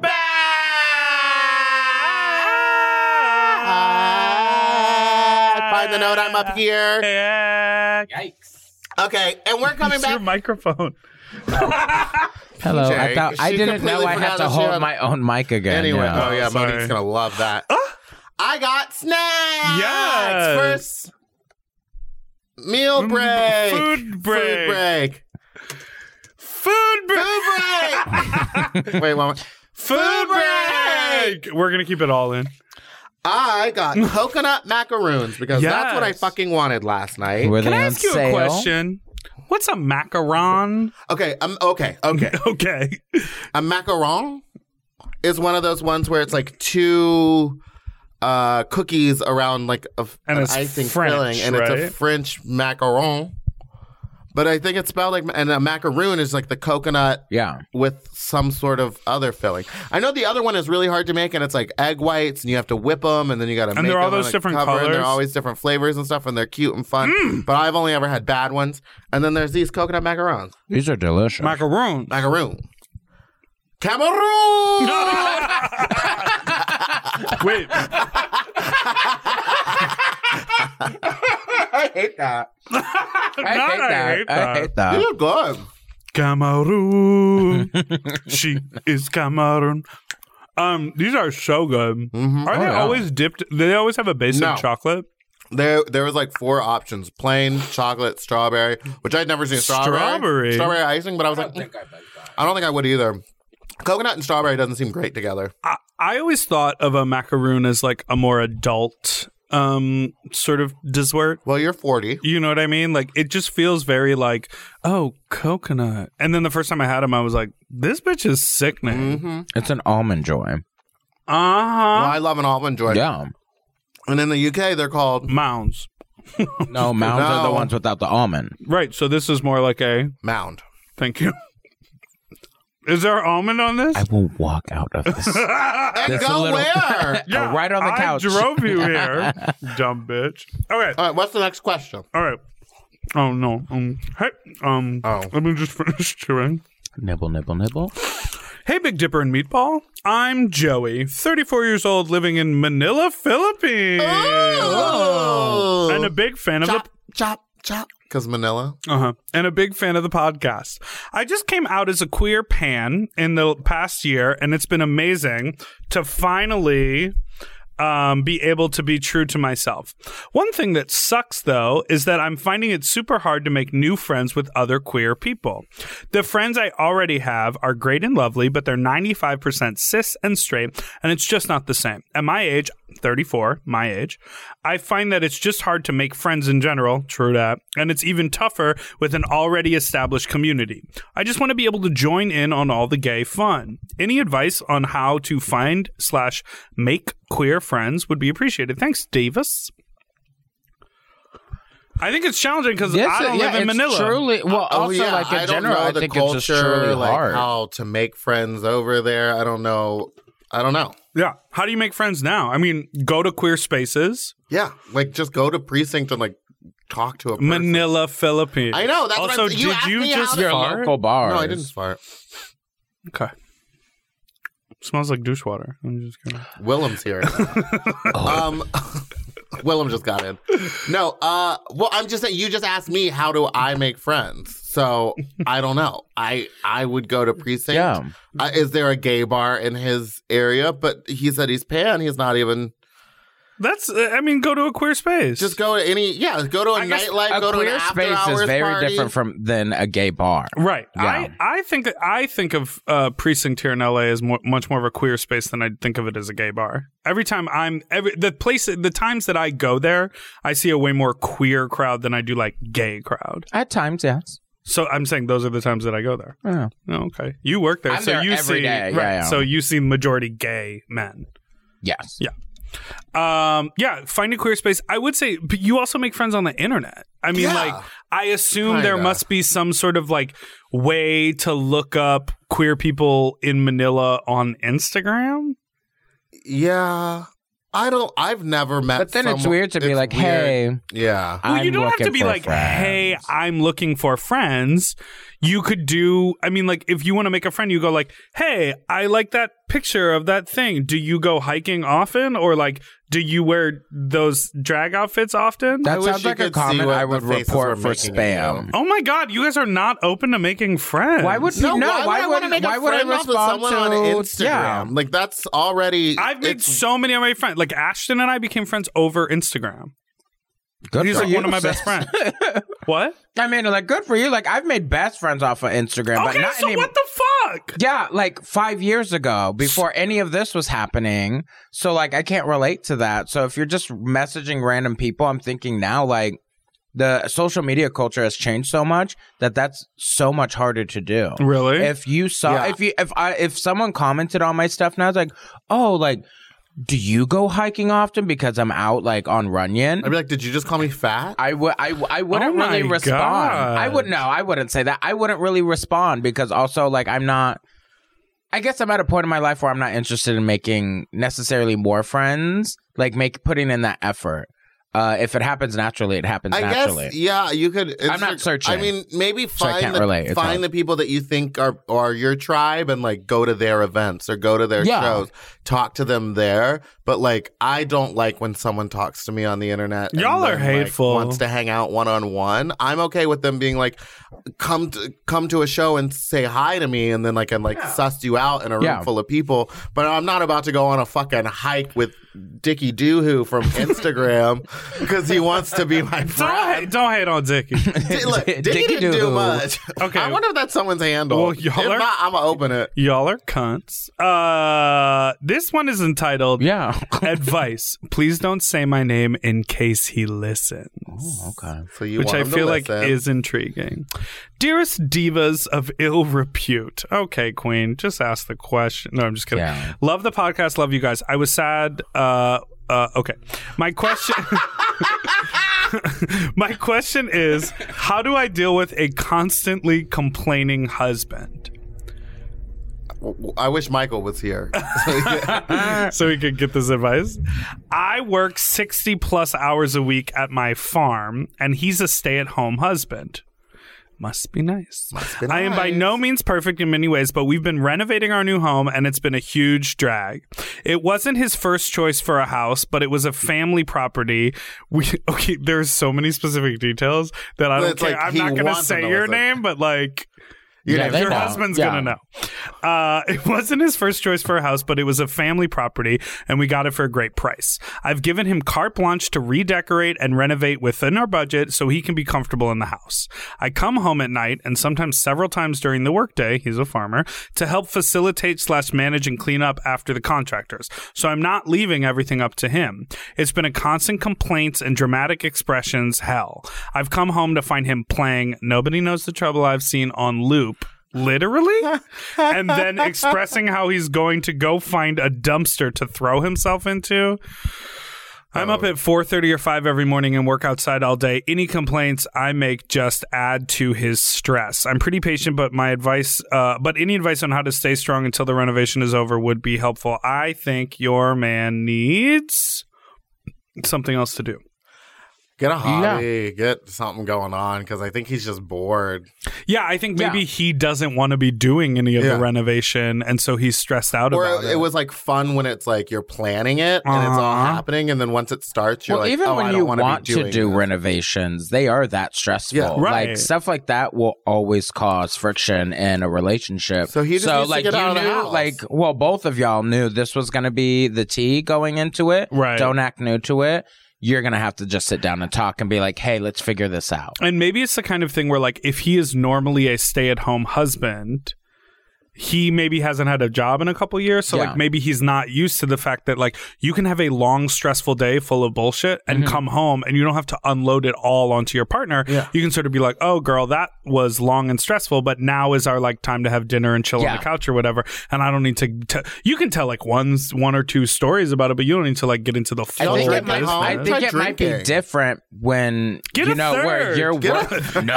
[SPEAKER 4] back.
[SPEAKER 3] Find the note. I'm up here.
[SPEAKER 4] Back.
[SPEAKER 3] Okay, and we're coming
[SPEAKER 4] It's your
[SPEAKER 3] back.
[SPEAKER 4] microphone.
[SPEAKER 5] Hello. I
[SPEAKER 3] Jay,
[SPEAKER 5] thought I
[SPEAKER 3] she
[SPEAKER 5] didn't know
[SPEAKER 3] completely
[SPEAKER 5] I had
[SPEAKER 3] forgot
[SPEAKER 5] to
[SPEAKER 3] that she
[SPEAKER 5] hold
[SPEAKER 3] had-
[SPEAKER 5] my own mic again.
[SPEAKER 3] Anyway,
[SPEAKER 5] yeah.
[SPEAKER 3] oh yeah,
[SPEAKER 4] Sorry.
[SPEAKER 3] Monique's gonna love that. I got snacks.
[SPEAKER 4] Yes.
[SPEAKER 3] First meal break.
[SPEAKER 4] food break.
[SPEAKER 3] Food break.
[SPEAKER 4] Food break.
[SPEAKER 3] Food break. Wait, one more.
[SPEAKER 4] Food break. We're gonna keep it all in.
[SPEAKER 3] I got coconut macaroons because that's what I
[SPEAKER 4] Yes.
[SPEAKER 3] fucking wanted last night.
[SPEAKER 5] Were
[SPEAKER 4] Can
[SPEAKER 5] they
[SPEAKER 4] I
[SPEAKER 5] on
[SPEAKER 4] ask you a
[SPEAKER 5] sale?
[SPEAKER 4] question? What's a macaron?
[SPEAKER 3] Okay, um, okay, okay.
[SPEAKER 4] Okay.
[SPEAKER 3] A macaron is one of those ones where it's like two uh, cookies around like a,
[SPEAKER 4] And
[SPEAKER 3] an
[SPEAKER 4] it's
[SPEAKER 3] icing
[SPEAKER 4] French,
[SPEAKER 3] filling, and it's a
[SPEAKER 4] right?
[SPEAKER 3] French macaron. But I think it's spelled like, and a macaroon is like the coconut
[SPEAKER 5] Yeah.
[SPEAKER 3] with some sort of other filling. I know the other one is really hard to make, and it's like egg whites, and you have to whip them, and then you got to.
[SPEAKER 4] And
[SPEAKER 3] make
[SPEAKER 4] they're all
[SPEAKER 3] them
[SPEAKER 4] those
[SPEAKER 3] a
[SPEAKER 4] different
[SPEAKER 3] cover, And they're
[SPEAKER 4] colors? Mm.
[SPEAKER 3] always different flavors and stuff, and they're cute and fun. But I've only ever had bad ones. And then there's these coconut macarons,
[SPEAKER 5] These are delicious.
[SPEAKER 4] Macaroon.
[SPEAKER 3] macaroon, Cameroon.
[SPEAKER 4] Wait,
[SPEAKER 5] I hate that. I
[SPEAKER 4] Not
[SPEAKER 5] hate
[SPEAKER 4] I
[SPEAKER 5] that.
[SPEAKER 4] hate
[SPEAKER 5] I hate that.
[SPEAKER 3] These are good.
[SPEAKER 4] Cameroon. she is Cameroon. Um, these are so good. Are they
[SPEAKER 5] Mm-hmm. Oh, yeah.
[SPEAKER 4] always dipped? Do they always have a base
[SPEAKER 3] No.
[SPEAKER 4] of chocolate?
[SPEAKER 3] There, there was like four options: plain, chocolate, strawberry, which I'd never seen strawberry,
[SPEAKER 4] Strawberry?
[SPEAKER 3] strawberry icing. But I was like, "Mm, I don't think I would either. Coconut and strawberry doesn't seem great together.
[SPEAKER 4] I, I always thought of a macaroon as like a more adult um sort of dessert.
[SPEAKER 3] Well, you're forty.
[SPEAKER 4] You know what I mean? Like it just feels very like, oh, coconut. And then the first time I had him, I was like, this bitch is sickening.
[SPEAKER 5] It's an almond joy.
[SPEAKER 4] Uh huh.
[SPEAKER 3] Well, I love an almond joy.
[SPEAKER 5] Yeah.
[SPEAKER 3] And in the UK, they're called
[SPEAKER 4] Mounds.
[SPEAKER 5] No, mounds are the
[SPEAKER 3] No.
[SPEAKER 5] ones without the almond.
[SPEAKER 4] Right. So this is more like a
[SPEAKER 3] mound.
[SPEAKER 4] thank you. Is there almond on this?
[SPEAKER 5] I will walk out of this.
[SPEAKER 3] And
[SPEAKER 5] That's a
[SPEAKER 3] go
[SPEAKER 5] little-
[SPEAKER 3] where?
[SPEAKER 4] Yeah,
[SPEAKER 5] right on the couch.
[SPEAKER 4] I drove you here, dumb bitch. Okay.
[SPEAKER 3] All right, what's the next question?
[SPEAKER 4] All right. Oh no. Um, hey. Um.
[SPEAKER 3] Oh.
[SPEAKER 4] Let me just finish chewing.
[SPEAKER 5] nibble, nibble, nibble.
[SPEAKER 4] Hey, Big Dipper and Meatball. I'm Joey, 34 years old, living in Manila, Philippines,
[SPEAKER 5] Oh.
[SPEAKER 4] and a big fan of the
[SPEAKER 3] chop, Oh. chop, chop. Because Manila.
[SPEAKER 4] Uh-huh. And a big fan of the podcast. I just came out as a queer pan in the past year, and it's been amazing to finally um, be able to be true to myself. One thing that sucks, though, is that I'm finding it super hard to make new friends with other queer people. The friends I already have are great and lovely, but they're 95% cis and straight, and it's just not the same. At my age, 34, my age, I find that it's just hard to make friends in general, true that, and it's even tougher with an already established community. I just want to be able to join in on all the gay fun. Any advice on how to find slash make queer friends would be appreciated. Thanks, Davis. I think it's challenging because
[SPEAKER 5] Yes,
[SPEAKER 3] uh,
[SPEAKER 4] I don't
[SPEAKER 5] yeah,
[SPEAKER 4] live in
[SPEAKER 5] it's
[SPEAKER 4] Manila.
[SPEAKER 5] Truly, well,
[SPEAKER 3] Oh,
[SPEAKER 5] also
[SPEAKER 3] yeah,
[SPEAKER 5] like
[SPEAKER 3] I
[SPEAKER 5] in
[SPEAKER 3] don't
[SPEAKER 5] general,
[SPEAKER 3] know
[SPEAKER 5] I
[SPEAKER 3] the
[SPEAKER 5] think it's just
[SPEAKER 3] culture,
[SPEAKER 5] truly
[SPEAKER 3] like,
[SPEAKER 5] hard.
[SPEAKER 3] How to make friends over there? I don't know. I don't know.
[SPEAKER 4] Yeah. How do you make friends now? I mean, go to queer spaces.
[SPEAKER 3] Yeah, like just go to precinct and like talk to a person.
[SPEAKER 4] Manila, Philippines.
[SPEAKER 3] I know, that's what
[SPEAKER 4] also,
[SPEAKER 3] I'm- you
[SPEAKER 4] did
[SPEAKER 3] asked
[SPEAKER 4] you
[SPEAKER 3] me
[SPEAKER 4] just
[SPEAKER 3] out of-
[SPEAKER 5] your
[SPEAKER 4] fart?
[SPEAKER 5] local bars.
[SPEAKER 3] No, I didn't fart.
[SPEAKER 4] Okay. Smells like douche water. I'm just kidding.
[SPEAKER 3] Willem's here. um, Willem just got in. No, uh, well, I'm just saying. You just asked me how do I make friends, so I don't know. I I would go to precinct.
[SPEAKER 5] Yeah.
[SPEAKER 3] Uh, is there a gay bar in his area? But he said he's pan. He's not even.
[SPEAKER 4] That's. uh, I mean, go to a queer space.
[SPEAKER 3] Just go to any. Yeah, go to a
[SPEAKER 4] I guess
[SPEAKER 3] nightlife.
[SPEAKER 5] A
[SPEAKER 3] Go to an
[SPEAKER 5] queer
[SPEAKER 3] after
[SPEAKER 5] space
[SPEAKER 3] hours
[SPEAKER 5] is very
[SPEAKER 3] party.
[SPEAKER 5] different from than a gay bar.
[SPEAKER 4] Right.
[SPEAKER 5] Yeah.
[SPEAKER 4] I, I think I think of uh, precinct here in LA as more, much more of a queer space than I think of it as a gay bar. Every time I'm every the place the times that I go there, I see a way more queer crowd than I do like gay crowd.
[SPEAKER 5] At times, yes.
[SPEAKER 4] So I'm saying those are the times that I go there.
[SPEAKER 5] Yeah.
[SPEAKER 4] Oh, okay. You work there,
[SPEAKER 5] I'm
[SPEAKER 4] so
[SPEAKER 5] there
[SPEAKER 4] you
[SPEAKER 5] every
[SPEAKER 4] see
[SPEAKER 5] day. Yeah,
[SPEAKER 4] right.
[SPEAKER 5] yeah.
[SPEAKER 4] So you see majority gay men.
[SPEAKER 5] Yes.
[SPEAKER 4] Um, yeah, find a queer space. I would say, but you also make friends on the internet. I mean,
[SPEAKER 3] Yeah.
[SPEAKER 4] like, I assume there
[SPEAKER 3] Kinda.
[SPEAKER 4] must be some sort of like way to look up queer people in Manila on Instagram.
[SPEAKER 3] Yeah. I don't. I've never met.
[SPEAKER 5] But then it's
[SPEAKER 3] someone-
[SPEAKER 5] weird to be
[SPEAKER 3] it's
[SPEAKER 5] like,
[SPEAKER 3] weird.
[SPEAKER 5] hey,
[SPEAKER 3] Yeah.
[SPEAKER 4] Well,
[SPEAKER 5] I'm
[SPEAKER 4] you don't have to
[SPEAKER 5] looking
[SPEAKER 4] be
[SPEAKER 5] for
[SPEAKER 4] like,
[SPEAKER 5] friends.
[SPEAKER 4] hey, I'm looking for friends. You could do, I mean, like, if you want to make a friend, you go, like, hey, I like that picture of that thing. Do you go hiking often? Or, like, do you wear those drag outfits often?
[SPEAKER 3] I
[SPEAKER 5] That
[SPEAKER 3] wish
[SPEAKER 5] sounds
[SPEAKER 3] you
[SPEAKER 5] like a
[SPEAKER 3] could see
[SPEAKER 5] comment
[SPEAKER 3] what
[SPEAKER 5] I
[SPEAKER 3] the
[SPEAKER 5] would
[SPEAKER 3] faces
[SPEAKER 5] report
[SPEAKER 3] were
[SPEAKER 5] for
[SPEAKER 3] making at
[SPEAKER 5] spam.
[SPEAKER 4] Oh my God, you guys are not open to making friends.
[SPEAKER 5] Why would
[SPEAKER 3] No,
[SPEAKER 5] no?
[SPEAKER 3] why,
[SPEAKER 5] Why
[SPEAKER 3] would I
[SPEAKER 5] would
[SPEAKER 3] make
[SPEAKER 5] why
[SPEAKER 3] a
[SPEAKER 5] would I
[SPEAKER 3] friend off of
[SPEAKER 5] respond
[SPEAKER 3] someone
[SPEAKER 5] to
[SPEAKER 3] on Instagram?
[SPEAKER 5] Yeah.
[SPEAKER 3] Like that's already.
[SPEAKER 4] I've made
[SPEAKER 3] it's-
[SPEAKER 4] so many of my friends. Like Ashton and I became friends over Instagram.
[SPEAKER 5] Good
[SPEAKER 4] He's
[SPEAKER 5] for
[SPEAKER 4] like
[SPEAKER 5] you.
[SPEAKER 4] one of my best friends. what?
[SPEAKER 5] I mean, like, good for you. Like, I've made best friends off of Instagram, but
[SPEAKER 4] Okay,
[SPEAKER 5] not
[SPEAKER 4] so
[SPEAKER 5] anymore.
[SPEAKER 4] what the fuck?
[SPEAKER 5] yeah, like five years ago, before any of this was happening. So, like, I can't relate to that. So, if you're just messaging random people, I'm thinking now, like, the social media culture has changed so much that that's so much harder to do.
[SPEAKER 4] Really?
[SPEAKER 5] If you saw,
[SPEAKER 3] Yeah.
[SPEAKER 5] if you, if I, if someone commented on my stuff now, it's like, oh, like, do you go hiking often? Because I'm out like on Runyon.
[SPEAKER 3] I'd be like, did you just call me fat?
[SPEAKER 5] I would I, w- I wouldn't
[SPEAKER 4] Oh my
[SPEAKER 5] really respond. I would
[SPEAKER 4] God.
[SPEAKER 5] no, I wouldn't say that. I wouldn't really respond because also like I'm not I guess I'm at a point in my life where I'm not interested in making necessarily more friends, like make putting in that effort. Uh if it happens naturally, it happens
[SPEAKER 3] I
[SPEAKER 5] naturally.
[SPEAKER 3] guess, yeah, you could.
[SPEAKER 5] I'm not
[SPEAKER 3] Insta-
[SPEAKER 5] searching,
[SPEAKER 3] I mean, maybe find
[SPEAKER 5] can't
[SPEAKER 3] the,
[SPEAKER 5] relate. It's
[SPEAKER 3] find
[SPEAKER 5] hard.
[SPEAKER 3] the people that you think are are your tribe and like go to their events or go to their
[SPEAKER 5] Yeah.
[SPEAKER 3] shows, talk to them there. But like, I don't like when someone talks to me on the internet. and
[SPEAKER 4] Y'all are
[SPEAKER 3] then, like,
[SPEAKER 4] hateful.
[SPEAKER 3] wants to hang out one on one. I'm okay with them being like, come to come to a show and say hi to me, and then like I'm like sussed you out in a room
[SPEAKER 5] Yeah.
[SPEAKER 3] full of people. But I'm not about to go on a fucking hike with Dickie Doohoo from Instagram because he wants to be my
[SPEAKER 4] Don't
[SPEAKER 3] friend.
[SPEAKER 4] hate, don't hate on Dickie.
[SPEAKER 3] Di- look, Dickie
[SPEAKER 5] Dickie
[SPEAKER 3] didn't do
[SPEAKER 5] Doo.
[SPEAKER 3] much.
[SPEAKER 4] Okay.
[SPEAKER 3] I wonder if that's someone's handle.
[SPEAKER 4] Well,
[SPEAKER 3] if
[SPEAKER 4] y'all are-
[SPEAKER 3] not, I'm gonna open it.
[SPEAKER 4] Y'all are cunts. Uh, this one is entitled
[SPEAKER 5] Yeah.
[SPEAKER 4] "Advice: Please don't say my name in case he listens."
[SPEAKER 5] okay.
[SPEAKER 3] So you
[SPEAKER 4] which
[SPEAKER 3] want
[SPEAKER 4] I
[SPEAKER 3] him to
[SPEAKER 4] feel like
[SPEAKER 3] listen.
[SPEAKER 4] is intriguing. Dearest divas of ill repute. Okay, Queen, just ask the question. No, I'm just kidding.
[SPEAKER 5] Yeah.
[SPEAKER 4] Love the podcast. Love you guys. I was sad. Uh, uh, okay. My question. My question is How do I deal with a constantly complaining husband
[SPEAKER 3] I wish Michael was here.
[SPEAKER 4] so we could get this advice? I work 60 plus hours a week at my farm, and he's a stay at home husband. Must be nice.
[SPEAKER 3] Be
[SPEAKER 4] I am by
[SPEAKER 3] nice.
[SPEAKER 4] no means perfect in many ways, but we've been renovating our new home and it's been a huge drag. It wasn't his first choice for a house, but it was a family property. We okay, there's so many specific details that I
[SPEAKER 3] Well,
[SPEAKER 4] don't
[SPEAKER 3] it's
[SPEAKER 4] care.
[SPEAKER 3] like
[SPEAKER 4] I'm
[SPEAKER 3] he
[SPEAKER 4] not gonna
[SPEAKER 3] wants them
[SPEAKER 4] say
[SPEAKER 3] to
[SPEAKER 4] your
[SPEAKER 3] listen.
[SPEAKER 4] name, but like
[SPEAKER 3] You
[SPEAKER 5] Yeah,
[SPEAKER 3] know,
[SPEAKER 5] they
[SPEAKER 4] your
[SPEAKER 5] know.
[SPEAKER 4] husband's
[SPEAKER 5] Yeah.
[SPEAKER 4] gonna know. Uh, it wasn't his first choice for a house, but it was a family property, and we got it for a great price. I've given him carte blanche to redecorate and renovate within our budget, so he can be comfortable in the house. I come home at night, and sometimes several times during the workday. He's a farmer to help facilitate slash manage and clean up after the contractors. So I'm not leaving everything up to him. It's been a constant complaints and dramatic expressions. Hell, I've come home to find him playing. Nobody knows the trouble I've seen on loop literally and then expressing how he's going to go find a dumpster to throw himself into i'm
[SPEAKER 3] Oh.
[SPEAKER 4] up at 4.30 or 5 every morning and work outside all day any complaints i make just add to his stress i'm pretty patient but my advice uh, but any advice on how to stay strong until the renovation is over would be helpful i think your man needs something else to do
[SPEAKER 3] get a hobby, get something going on because I think he's just bored.
[SPEAKER 4] yeah i think maybe
[SPEAKER 5] Yeah.
[SPEAKER 4] he doesn't want to be doing any of
[SPEAKER 3] Yeah.
[SPEAKER 4] the renovation and so he's stressed out
[SPEAKER 3] Or
[SPEAKER 4] about
[SPEAKER 3] it,
[SPEAKER 4] it
[SPEAKER 3] was like fun when it's like you're planning it and it's all
[SPEAKER 4] Uh-huh.
[SPEAKER 3] happening, and then once it starts, you're
[SPEAKER 5] well,
[SPEAKER 3] like,
[SPEAKER 5] even
[SPEAKER 3] oh, I
[SPEAKER 5] when
[SPEAKER 3] don't
[SPEAKER 5] you
[SPEAKER 3] wanna be
[SPEAKER 5] want to
[SPEAKER 3] doing
[SPEAKER 5] do
[SPEAKER 3] this.
[SPEAKER 5] renovations, they are that stressful.
[SPEAKER 3] Yeah.
[SPEAKER 4] Right.
[SPEAKER 5] Like stuff like that will always cause friction in a relationship.
[SPEAKER 3] So he just needs to
[SPEAKER 5] like
[SPEAKER 3] get
[SPEAKER 5] you
[SPEAKER 3] out of the
[SPEAKER 5] knew,
[SPEAKER 3] house.
[SPEAKER 5] like well, both of y'all knew this was gonna be the tea going into it.
[SPEAKER 4] Right.
[SPEAKER 5] Don't act new to it. You're gonna have to just sit down and talk and be like, hey, let's figure this out.
[SPEAKER 4] And maybe it's the kind of thing where, like, if he is normally a stay at home husband, he maybe hasn't had a job in a couple years. So,
[SPEAKER 5] Yeah.
[SPEAKER 4] like, maybe he's not used to the fact that, like, you can have a long, stressful day full of bullshit and
[SPEAKER 5] Mm-hmm.
[SPEAKER 4] come home and you don't have to unload it all onto your partner.
[SPEAKER 3] Yeah.
[SPEAKER 4] You can sort of be like, oh, girl, that was long and stressful, but now is our, like, time to have dinner and chill on
[SPEAKER 5] Yeah.
[SPEAKER 4] the couch or whatever. And I don't need to, t- you can tell, like, one, one or two stories about it, but you don't need to, like, get into the full
[SPEAKER 5] I think it
[SPEAKER 3] drink
[SPEAKER 5] might,
[SPEAKER 3] at home.
[SPEAKER 5] I
[SPEAKER 4] business.
[SPEAKER 5] think
[SPEAKER 3] Try
[SPEAKER 5] it might be
[SPEAKER 3] drinking.
[SPEAKER 5] different when
[SPEAKER 4] Get
[SPEAKER 5] you
[SPEAKER 4] a
[SPEAKER 5] know where
[SPEAKER 4] third.
[SPEAKER 5] your
[SPEAKER 3] Get
[SPEAKER 5] work. no.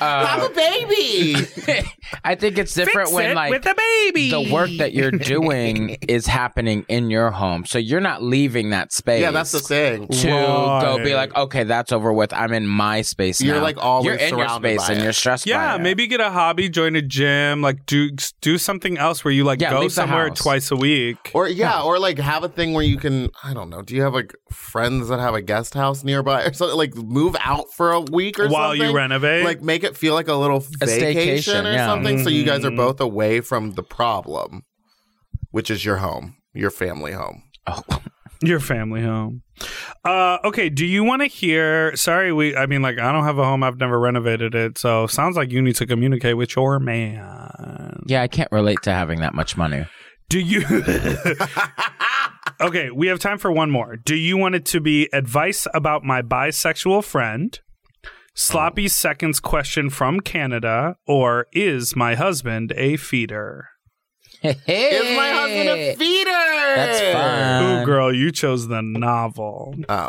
[SPEAKER 3] I'm
[SPEAKER 5] Uh,
[SPEAKER 3] a baby.
[SPEAKER 5] I think it's
[SPEAKER 4] Fix
[SPEAKER 5] different when
[SPEAKER 4] it
[SPEAKER 5] like
[SPEAKER 4] with a baby.
[SPEAKER 5] the work that you're doing is happening in your home. So you're not leaving that space.
[SPEAKER 3] yeah, that's the thing.
[SPEAKER 5] To go be
[SPEAKER 4] Right.
[SPEAKER 5] like, okay, that's over with. I'm in my space
[SPEAKER 3] You're,
[SPEAKER 5] now.
[SPEAKER 3] like, always
[SPEAKER 5] you're in your
[SPEAKER 3] surrounded
[SPEAKER 5] space
[SPEAKER 3] by
[SPEAKER 5] and
[SPEAKER 3] it.
[SPEAKER 5] you're stressed.
[SPEAKER 4] Yeah,
[SPEAKER 5] by it.
[SPEAKER 4] maybe get a hobby, join a gym, like do do something else where you like
[SPEAKER 5] Yeah,
[SPEAKER 4] go
[SPEAKER 5] leave the
[SPEAKER 4] somewhere
[SPEAKER 5] house.
[SPEAKER 4] twice a week.
[SPEAKER 3] Or yeah, or like have a thing where you can I don't know. Do you have like friends that have a guest house nearby or something? Like move out for a week or
[SPEAKER 4] While
[SPEAKER 3] something.
[SPEAKER 4] you renovate?
[SPEAKER 3] like make it feel like a little vacation
[SPEAKER 5] staycation,
[SPEAKER 3] or
[SPEAKER 5] yeah.
[SPEAKER 3] something. So you guys are
[SPEAKER 4] Mhm.
[SPEAKER 3] both away from the problem, which is your home, your family home.
[SPEAKER 5] Oh,
[SPEAKER 4] Your family home. Uh, okay, do you want to hear? Sorry, we. I mean, like, I don't have a home. I've never renovated it, so sounds like you need to communicate with your man.
[SPEAKER 5] yeah, I can't relate to having that much money.
[SPEAKER 4] Do you? okay, we have time for one more. Do you want it to be advice about my bisexual friend? Sloppy
[SPEAKER 5] Oh.
[SPEAKER 4] seconds question from Canada, or is my husband a feeder?
[SPEAKER 3] Is my husband a feeder?
[SPEAKER 5] Eh. That's fun.
[SPEAKER 4] Ooh, girl, you chose the novel.
[SPEAKER 3] Oh.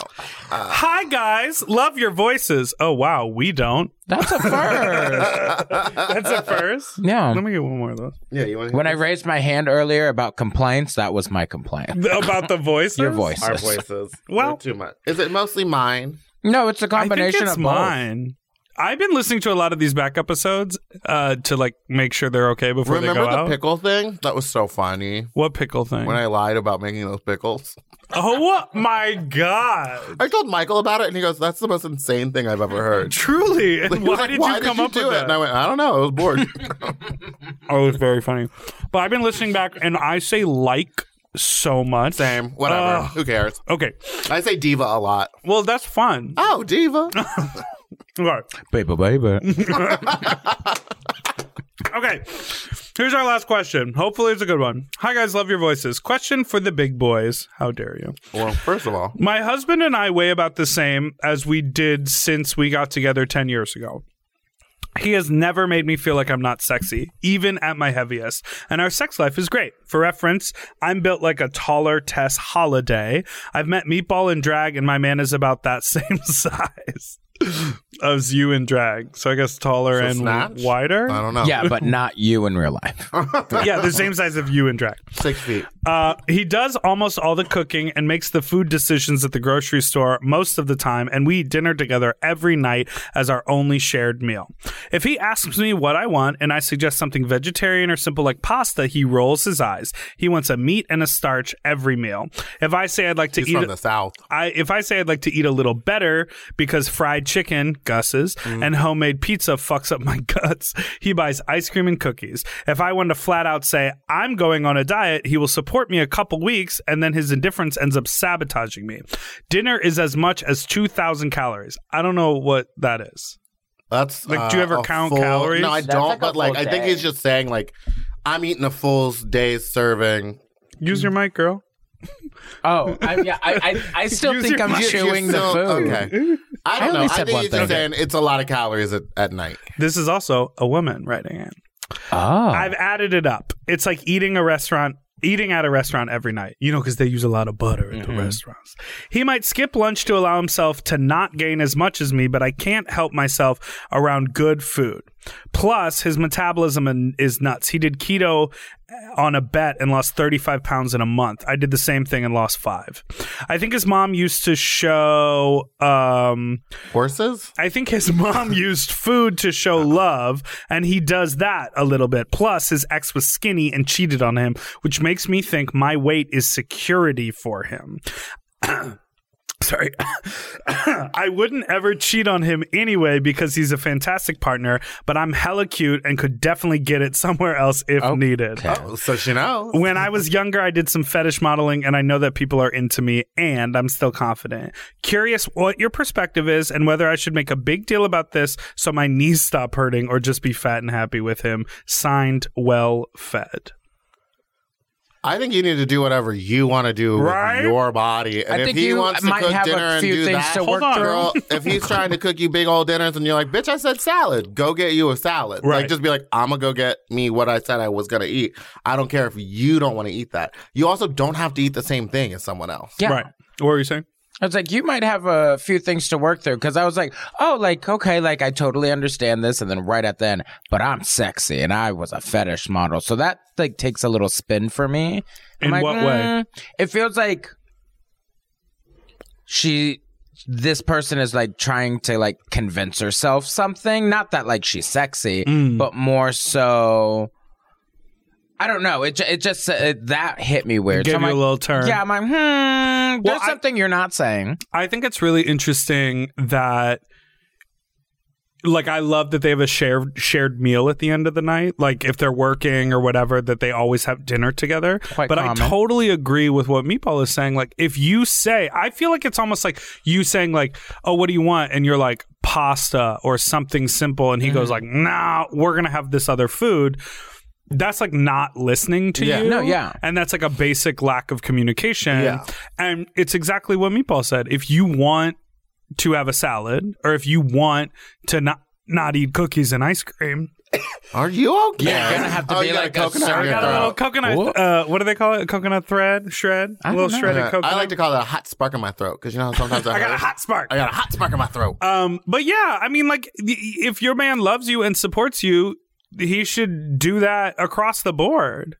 [SPEAKER 4] Hi, guys. Love your voices. Oh, wow. We don't.
[SPEAKER 5] That's a first.
[SPEAKER 4] That's a first.
[SPEAKER 5] Yeah.
[SPEAKER 4] Let me get one more of those.
[SPEAKER 3] Yeah, you want
[SPEAKER 5] When I raised my hand earlier about complaints, that was my complaint.
[SPEAKER 4] About the voices?
[SPEAKER 5] Your voice.
[SPEAKER 3] our voices.
[SPEAKER 4] Well-
[SPEAKER 3] They're too much. Is it mostly mine?
[SPEAKER 5] No, it's a
[SPEAKER 4] I think
[SPEAKER 5] combination
[SPEAKER 4] it's
[SPEAKER 5] of both.
[SPEAKER 4] mine. I've been listening to a lot of these back episodes uh, to like make sure they're okay before they
[SPEAKER 3] Remember
[SPEAKER 4] go
[SPEAKER 3] the
[SPEAKER 4] out.
[SPEAKER 3] pickle thing? That was so funny.
[SPEAKER 4] what pickle thing?
[SPEAKER 3] When I lied about making those pickles,
[SPEAKER 4] oh my god!
[SPEAKER 3] I told Michael about it, and he goes, "That's the most insane thing I've ever heard."
[SPEAKER 4] Truly, and
[SPEAKER 3] He was
[SPEAKER 4] why
[SPEAKER 3] like,
[SPEAKER 4] did you come up with
[SPEAKER 3] do it?
[SPEAKER 4] that?
[SPEAKER 3] And I went, "I don't know. I was bored."
[SPEAKER 4] Oh, it was very funny. But I've been listening back, and I say like so much.
[SPEAKER 3] Same, whatever.
[SPEAKER 4] Ugh.
[SPEAKER 3] Who cares?
[SPEAKER 4] Okay,
[SPEAKER 3] I say diva a lot.
[SPEAKER 4] well that's fun.
[SPEAKER 3] Oh, diva.
[SPEAKER 4] Okay.
[SPEAKER 5] Baby, baby.
[SPEAKER 4] Okay. Here's our last question. Hopefully, it's a good one. Hi, guys. Love your voices. Question for the big boys. How dare you?
[SPEAKER 3] well, first of all,
[SPEAKER 4] My husband and I weigh about the same as we did since we got together 10 years ago. He has never made me feel like I'm not sexy, even at my heaviest. And our sex life is great. For reference, I'm built like a taller Tess Holiday. I've met Meatball in drag, and my man is about that same size as you in drag. So I guess taller
[SPEAKER 3] So
[SPEAKER 4] and
[SPEAKER 3] snatch?
[SPEAKER 4] wider.
[SPEAKER 3] I don't know.
[SPEAKER 5] yeah, but not you in real life.
[SPEAKER 4] yeah, the same size of you in drag.
[SPEAKER 3] six feet.
[SPEAKER 4] Uh, he does almost all the cooking and makes the food decisions at the grocery store most of the time, and we eat dinner together every night as our only shared meal. If he asks me what I want and I suggest something vegetarian or simple like pasta, he rolls his eyes. He wants a meat and a starch every meal. If I say I'd like to
[SPEAKER 3] He's
[SPEAKER 4] eat
[SPEAKER 3] from the south.
[SPEAKER 4] I if I say I'd like to eat a little better because fried chicken gusses and homemade pizza fucks up my guts, he buys ice cream and cookies. If I want to flat out say I'm going on a diet, he will support me a couple weeks and then his indifference ends up sabotaging me. Dinner is as much as 2000 calories. I don't know what that is.
[SPEAKER 3] That's
[SPEAKER 4] Like, do you
[SPEAKER 3] uh,
[SPEAKER 4] ever
[SPEAKER 3] a
[SPEAKER 4] count
[SPEAKER 3] full-
[SPEAKER 4] calories?
[SPEAKER 3] No, I
[SPEAKER 6] That's
[SPEAKER 3] don't.
[SPEAKER 6] like a
[SPEAKER 3] but like,
[SPEAKER 6] full
[SPEAKER 3] I think
[SPEAKER 6] day.
[SPEAKER 3] he's just saying like, I'm eating a full day's serving.
[SPEAKER 4] Use your mic, girl.
[SPEAKER 5] Oh, I, yeah, I, I, I still
[SPEAKER 4] Use
[SPEAKER 5] think
[SPEAKER 4] your
[SPEAKER 5] I'm
[SPEAKER 4] mind.
[SPEAKER 3] You-
[SPEAKER 5] chewing
[SPEAKER 3] you
[SPEAKER 5] the
[SPEAKER 3] still-
[SPEAKER 5] food.
[SPEAKER 3] Okay. I don't
[SPEAKER 5] only
[SPEAKER 3] know. I
[SPEAKER 5] said
[SPEAKER 3] think
[SPEAKER 5] one
[SPEAKER 3] he's just
[SPEAKER 5] thing.
[SPEAKER 3] saying it's a lot of calories at, at night.
[SPEAKER 4] This is also a woman writing it.
[SPEAKER 5] Oh,
[SPEAKER 4] I've added it up. It's like eating a restaurant, eating at a restaurant every night, you know, because they use a lot of butter at the restaurants. He might skip lunch to allow himself to not gain as much as me, but I can't help myself around good food. Plus, his metabolism in- is nuts. He did keto uh, on a bet and lost 35 pounds in a month. I did the same thing and lost five. I think his mom used to show, um,
[SPEAKER 3] Horses?
[SPEAKER 4] I think his mom used food to show love, and he does that a little bit. Plus, his ex was skinny and cheated on him, which makes me think my weight is security for him. Sorry. I wouldn't ever cheat on him anyway because he's a fantastic partner, but I'm hella cute and could definitely get it somewhere else if needed.
[SPEAKER 3] Oh, so she knows.
[SPEAKER 4] When I was younger, I did some fetish modeling, and I know that people are into me, and I'm still confident. Curious what your perspective is and whether I should make a big deal about this so my knees stop hurting or just be fat and happy with him. Signed, well fed.
[SPEAKER 3] I think you need to do whatever you want to do
[SPEAKER 4] Right?
[SPEAKER 3] with your body. And
[SPEAKER 5] I
[SPEAKER 3] if
[SPEAKER 5] think
[SPEAKER 3] he
[SPEAKER 5] you
[SPEAKER 3] wants to
[SPEAKER 5] might
[SPEAKER 3] cook
[SPEAKER 5] have a
[SPEAKER 3] dinner and
[SPEAKER 5] few
[SPEAKER 3] do
[SPEAKER 5] things
[SPEAKER 3] that,
[SPEAKER 5] to
[SPEAKER 4] work Hold on.
[SPEAKER 3] girl, if he's trying to cook you big old dinners and you're like, bitch, I said salad, go get you a salad.
[SPEAKER 4] Right.
[SPEAKER 3] Like, just be like, I'm going to go get me what I said I was going to eat. I don't care if you don't want to eat that. You also don't have to eat the same thing as someone else.
[SPEAKER 5] yeah.
[SPEAKER 4] Right. What were you saying?
[SPEAKER 5] I was like, you might have a few things to work through because I was like, oh, like okay, like I totally understand this, and then right at the end, but I'm sexy and I was a fetish model, so that like takes a little spin for me.
[SPEAKER 4] In what way?
[SPEAKER 5] way? It feels like she, this person is like trying to like convince herself something. Not that like she's sexy,
[SPEAKER 4] Mm.
[SPEAKER 5] but more so. I don't know. It ju- it just uh, that hit me weird.
[SPEAKER 4] Gave
[SPEAKER 5] so I'm
[SPEAKER 4] you
[SPEAKER 5] like,
[SPEAKER 4] a little turn.
[SPEAKER 5] yeah, I'm like, hmm.
[SPEAKER 4] Well,
[SPEAKER 5] There's
[SPEAKER 4] I-
[SPEAKER 5] something you're not saying.
[SPEAKER 4] I think it's really interesting that like I love that they have a shared shared meal at the end of the night. Like if they're working or whatever, that they always have dinner together.
[SPEAKER 5] Quite
[SPEAKER 4] but I
[SPEAKER 5] common.
[SPEAKER 4] totally agree with what Meatball is saying. Like if you say, I feel like it's almost like you saying like, "Oh, what do you want?" and you're like pasta or something simple,
[SPEAKER 5] Mm-hmm.
[SPEAKER 4] and he goes like, "Nah, we're gonna have this other food." That's like not listening to
[SPEAKER 3] Yeah.
[SPEAKER 4] you.
[SPEAKER 5] No, yeah.
[SPEAKER 4] And that's like a basic lack of communication.
[SPEAKER 3] Yeah.
[SPEAKER 4] And it's exactly what Meatball said. If you want to have a salad or if you want to not not eat cookies and ice cream
[SPEAKER 3] Are you okay?
[SPEAKER 5] You're gonna have to
[SPEAKER 3] Oh,
[SPEAKER 5] be
[SPEAKER 3] you got
[SPEAKER 5] like
[SPEAKER 3] a
[SPEAKER 5] a
[SPEAKER 3] coconut
[SPEAKER 5] surrogate
[SPEAKER 3] in your
[SPEAKER 4] Got a little
[SPEAKER 3] throat.
[SPEAKER 4] coconut.
[SPEAKER 5] Whoa.
[SPEAKER 4] Uh, what do they call it? Coconut thread? Shred? A
[SPEAKER 5] don't
[SPEAKER 4] little
[SPEAKER 5] know.
[SPEAKER 4] shredded
[SPEAKER 3] Yeah,
[SPEAKER 4] coconut.
[SPEAKER 3] Uh, I like to call it a hot spark in my throat because you know how sometimes I,
[SPEAKER 4] I got a
[SPEAKER 3] hurt?
[SPEAKER 4] hot spark.
[SPEAKER 3] I got a hot spark in my throat.
[SPEAKER 4] Um, but yeah, I mean, like, y- y- if your man loves you and supports you, he should do that across the board.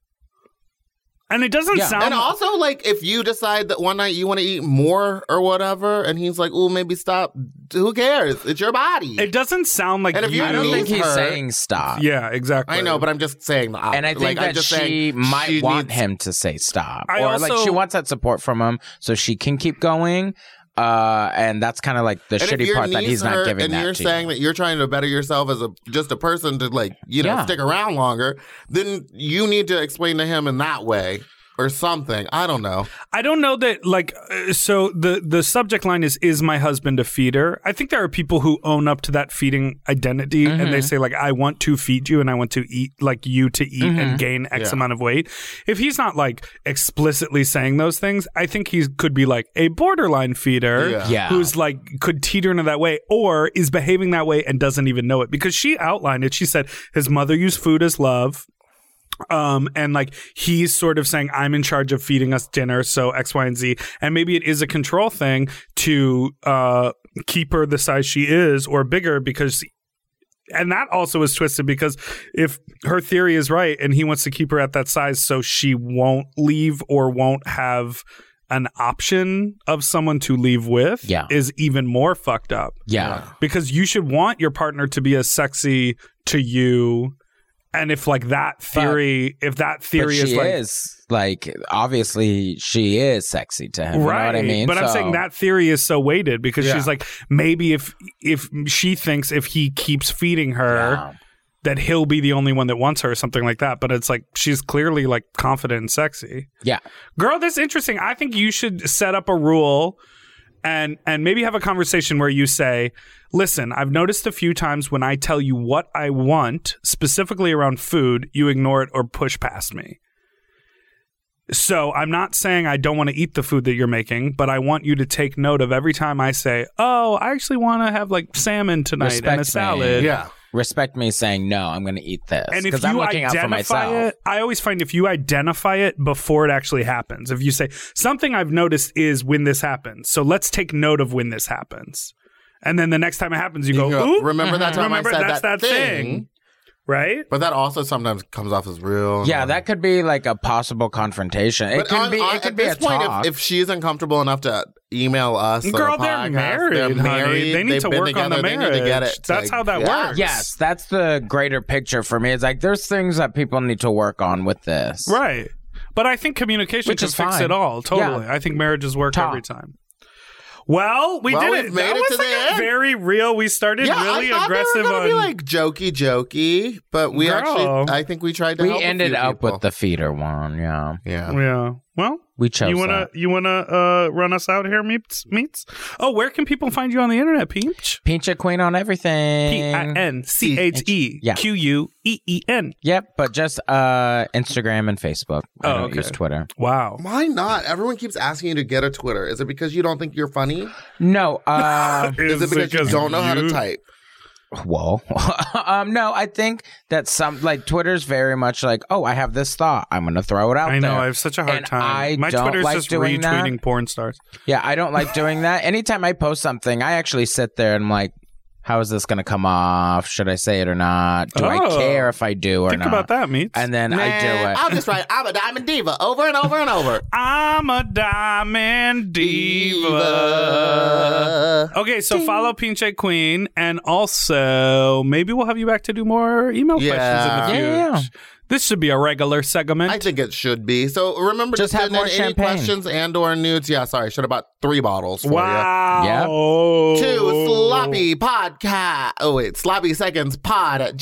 [SPEAKER 4] And it doesn't
[SPEAKER 5] Yeah.
[SPEAKER 4] sound.
[SPEAKER 3] and also, like, if you decide that one night you want to eat more or whatever, and he's like, "Ooh, maybe stop." Who cares? It's your body.
[SPEAKER 4] it doesn't sound like.
[SPEAKER 3] And if you
[SPEAKER 5] I don't
[SPEAKER 3] leave
[SPEAKER 5] think he's
[SPEAKER 3] her-
[SPEAKER 5] saying stop.
[SPEAKER 4] yeah, exactly.
[SPEAKER 3] I know, but I'm just saying the opposite.
[SPEAKER 5] And I think
[SPEAKER 3] like, I'm
[SPEAKER 5] that
[SPEAKER 3] just
[SPEAKER 5] she
[SPEAKER 3] saying
[SPEAKER 5] might
[SPEAKER 3] she
[SPEAKER 5] want
[SPEAKER 3] needs-
[SPEAKER 5] him to say stop,
[SPEAKER 4] I
[SPEAKER 5] or like
[SPEAKER 4] also-
[SPEAKER 5] she wants that support from him so she can keep going. Uh, and that's kind of like the
[SPEAKER 3] And if
[SPEAKER 5] shitty
[SPEAKER 3] your
[SPEAKER 5] part that
[SPEAKER 3] knees
[SPEAKER 5] he's not
[SPEAKER 3] hurt
[SPEAKER 5] giving
[SPEAKER 3] and
[SPEAKER 5] that
[SPEAKER 3] you're
[SPEAKER 5] to.
[SPEAKER 3] saying that you're trying to better yourself as a just a person to like you know
[SPEAKER 5] Yeah.
[SPEAKER 3] stick around longer, then you need to explain to him in that way or something. I don't know.
[SPEAKER 4] I don't know that like uh, so the the subject line is is my husband a feeder? I think there are people who own up to that feeding identity and
[SPEAKER 3] Mm-hmm.
[SPEAKER 4] they say like I want to feed you and I want to eat like you to eat and gain x
[SPEAKER 3] Mm-hmm. Yeah.
[SPEAKER 4] amount of weight. If he's not like explicitly saying those things, I think he could be like a borderline feeder
[SPEAKER 3] Yeah.
[SPEAKER 5] Yeah.
[SPEAKER 4] who's like could teeter into that way or is behaving that way and doesn't even know it because she outlined it. She said his mother used food as love um and like he's sort of saying i'm in charge of feeding us dinner so x y and z and maybe it is a control thing to uh keep her the size she is or bigger because and that also is twisted because if her theory is right and he wants to keep her at that size so she won't leave or won't have an option of someone to leave with
[SPEAKER 5] Yeah.
[SPEAKER 4] is even more fucked up
[SPEAKER 5] yeah.
[SPEAKER 4] because you should want your partner to be as sexy to you and if like that theory if that
[SPEAKER 5] but
[SPEAKER 4] theory
[SPEAKER 5] she
[SPEAKER 4] is like
[SPEAKER 5] is like obviously she is sexy to
[SPEAKER 4] right
[SPEAKER 5] him. You know what I mean?
[SPEAKER 4] but i'm
[SPEAKER 5] So-
[SPEAKER 4] saying that theory is so weighted because
[SPEAKER 3] Yeah.
[SPEAKER 4] she's like maybe if if she thinks if he keeps feeding her
[SPEAKER 5] Yeah.
[SPEAKER 4] that he'll be the only one that wants her or something like that but it's like she's clearly like confident and sexy
[SPEAKER 5] Yeah.
[SPEAKER 4] girl that's interesting i think you should set up a rule and and maybe have a conversation where you say listen i've noticed a few times when i tell you what i want specifically around food you ignore it or push past me so i'm not saying i don't want to eat the food that you're making but i want you to take note of every time i say oh i actually want to have like salmon tonight
[SPEAKER 5] Respect
[SPEAKER 4] and
[SPEAKER 5] me.
[SPEAKER 4] a salad
[SPEAKER 3] Yeah.
[SPEAKER 5] Respect me saying no, I'm gonna eat this.
[SPEAKER 4] and if
[SPEAKER 5] Because
[SPEAKER 4] you
[SPEAKER 5] I'm looking out
[SPEAKER 4] identify
[SPEAKER 5] for myself.
[SPEAKER 4] it, I always find if you identify it before it actually happens. If you say something I've noticed is when this happens, so let's take note of when this happens, and then the next time it happens, you, go,
[SPEAKER 3] You go,
[SPEAKER 4] "Ooh,
[SPEAKER 3] remember that time
[SPEAKER 4] remember
[SPEAKER 3] I said
[SPEAKER 4] that's
[SPEAKER 3] that,
[SPEAKER 4] that thing. right?"
[SPEAKER 3] But that also sometimes comes off as real.
[SPEAKER 5] Yeah, that could be like a possible confrontation. It
[SPEAKER 3] But
[SPEAKER 5] could
[SPEAKER 3] on-
[SPEAKER 5] be.
[SPEAKER 3] on-
[SPEAKER 5] It could
[SPEAKER 3] at
[SPEAKER 5] be
[SPEAKER 3] this
[SPEAKER 5] a
[SPEAKER 3] point,
[SPEAKER 5] talk.
[SPEAKER 3] If, if she's uncomfortable enough to email us, or
[SPEAKER 4] Girl,
[SPEAKER 3] a
[SPEAKER 4] they're
[SPEAKER 3] podcast,
[SPEAKER 4] married,
[SPEAKER 3] They're
[SPEAKER 4] honey.
[SPEAKER 3] married.
[SPEAKER 4] They need
[SPEAKER 3] have
[SPEAKER 4] to
[SPEAKER 3] been
[SPEAKER 4] work
[SPEAKER 3] together,
[SPEAKER 4] on the
[SPEAKER 3] they need to get
[SPEAKER 4] marriage.
[SPEAKER 3] it.
[SPEAKER 4] That's how that works.
[SPEAKER 5] yes, that's the greater picture for me. It's like there's things that people need to work on with this.
[SPEAKER 4] Right. But I think communication
[SPEAKER 5] Which
[SPEAKER 4] can
[SPEAKER 5] is
[SPEAKER 4] fix
[SPEAKER 5] fine.
[SPEAKER 4] it all. Totally. I think marriages work
[SPEAKER 5] Talk.
[SPEAKER 4] every time. Well, we
[SPEAKER 3] Well,
[SPEAKER 4] did
[SPEAKER 3] we've
[SPEAKER 4] it.
[SPEAKER 3] made
[SPEAKER 4] that
[SPEAKER 3] it
[SPEAKER 4] was
[SPEAKER 3] to
[SPEAKER 4] like
[SPEAKER 3] the
[SPEAKER 4] a
[SPEAKER 3] end.
[SPEAKER 4] very real. We started
[SPEAKER 3] Yeah,
[SPEAKER 4] really
[SPEAKER 3] I thought
[SPEAKER 4] aggressive
[SPEAKER 3] they were gonna
[SPEAKER 4] on
[SPEAKER 3] be like jokey, jokey, but we
[SPEAKER 4] Girl.
[SPEAKER 3] actually, I think we tried to.
[SPEAKER 5] We
[SPEAKER 3] help a
[SPEAKER 5] ended
[SPEAKER 3] few
[SPEAKER 5] up with
[SPEAKER 3] people.
[SPEAKER 5] the feeder one. Yeah,
[SPEAKER 3] yeah.
[SPEAKER 4] Yeah. Well,
[SPEAKER 5] we chose
[SPEAKER 4] you wanna
[SPEAKER 5] that.
[SPEAKER 4] you wanna uh, run us out here, Meeps? Meets? Oh, where can people find you on the internet, Peach?
[SPEAKER 5] Pincha Queen on everything.
[SPEAKER 4] P I N C H E
[SPEAKER 5] Yeah.
[SPEAKER 4] Q U E E N.
[SPEAKER 5] Yep, but just uh, Instagram and Facebook. I
[SPEAKER 4] Oh,
[SPEAKER 5] don't
[SPEAKER 4] okay.
[SPEAKER 5] use Twitter.
[SPEAKER 4] Wow.
[SPEAKER 3] Why not? Everyone keeps asking you to get a Twitter. Is it because you don't think you're funny?
[SPEAKER 5] No. Uh,
[SPEAKER 3] Is, it because you don't know how to
[SPEAKER 4] you-
[SPEAKER 3] type?
[SPEAKER 5] whoa. um, no, I think that some like Twitter's very much like, oh, I have this thought, I'm gonna throw it out.
[SPEAKER 4] I know.
[SPEAKER 5] there."
[SPEAKER 4] I have such a hard
[SPEAKER 5] And
[SPEAKER 4] time.
[SPEAKER 5] I
[SPEAKER 4] My
[SPEAKER 5] don't
[SPEAKER 4] Twitter's
[SPEAKER 5] like
[SPEAKER 4] just
[SPEAKER 5] doing that.
[SPEAKER 4] retweeting porn stars.
[SPEAKER 5] Yeah, I don't like doing that. Anytime I post something, I actually sit there and I'm like, how is this going to come off? Should I say it or not? Do I
[SPEAKER 4] Oh.
[SPEAKER 5] care if I do or
[SPEAKER 4] Think
[SPEAKER 5] not?
[SPEAKER 4] about that, Meeps.
[SPEAKER 5] And then
[SPEAKER 3] Man,
[SPEAKER 5] I
[SPEAKER 3] I'll
[SPEAKER 5] do it.
[SPEAKER 3] just write. I'm a diamond diva over and over and over.
[SPEAKER 4] I'm a diamond diva.
[SPEAKER 3] Diva.
[SPEAKER 4] Okay, so follow Pinche Queen, and also maybe we'll have you back to do more email
[SPEAKER 3] Yeah.
[SPEAKER 4] questions in the
[SPEAKER 5] Yeah, yeah.
[SPEAKER 4] future. This should be a regular segment.
[SPEAKER 3] I think it should be. So remember
[SPEAKER 5] Just
[SPEAKER 3] to
[SPEAKER 5] have
[SPEAKER 3] send
[SPEAKER 5] more
[SPEAKER 3] in
[SPEAKER 5] champagne.
[SPEAKER 3] any questions and or nudes. Yeah, sorry, I should have bought three bottles for
[SPEAKER 4] wow.
[SPEAKER 3] you. To sloppy podcast. Oh wait, sloppy seconds pod at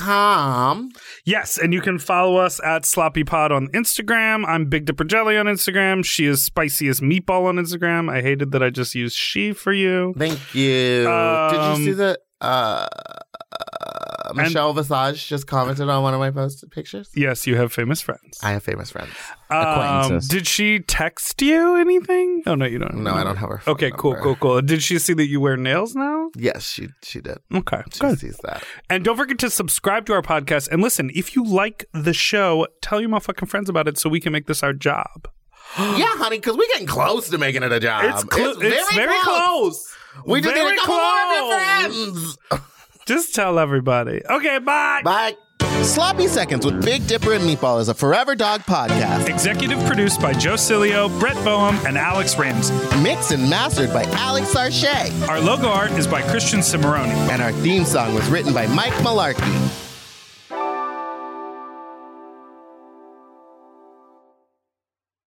[SPEAKER 3] gmail.com.
[SPEAKER 4] Yes, and you can follow us at Sloppy Pod on Instagram. I'm Big Dipper Jelly on Instagram. She is Spicy as Meatball on Instagram. I hated that I just used she for you.
[SPEAKER 3] Thank you. Did
[SPEAKER 4] Um,
[SPEAKER 3] you see the uh Michelle Visage just commented on one of my posted pictures.
[SPEAKER 4] Yes, you have famous friends.
[SPEAKER 3] I have famous friends.
[SPEAKER 4] Um,
[SPEAKER 5] acquaintances.
[SPEAKER 4] did she text you anything? Oh no, you don't.
[SPEAKER 3] No, I don't have her. phone
[SPEAKER 4] Okay, cool,
[SPEAKER 3] number.
[SPEAKER 4] cool, cool. Did she see that you wear nails now?
[SPEAKER 3] Yes, she she did.
[SPEAKER 4] Okay,
[SPEAKER 3] She
[SPEAKER 4] good.
[SPEAKER 3] sees that.
[SPEAKER 4] And don't forget to subscribe to our podcast. And listen, if you like the show, tell your motherfucking friends about it so we can make this our job.
[SPEAKER 3] yeah, honey, because we're getting close to making it a job.
[SPEAKER 4] It's, clo- it's very, close.
[SPEAKER 3] We just
[SPEAKER 4] Very
[SPEAKER 3] need a couple more of
[SPEAKER 4] close.
[SPEAKER 3] your friends.
[SPEAKER 4] Just tell everybody. Okay, bye.
[SPEAKER 3] Bye.
[SPEAKER 6] Sloppy Seconds with Big Dipper and Meatball is a Forever Dog podcast,
[SPEAKER 4] Executive produced by Joe Cilio, Brett Boehm, and Alex Rams.
[SPEAKER 6] mixed and mastered by Alex Sarchet,
[SPEAKER 4] Our logo art is by Christian Cimarroni.
[SPEAKER 6] and our theme song was written by Mike Malarkey.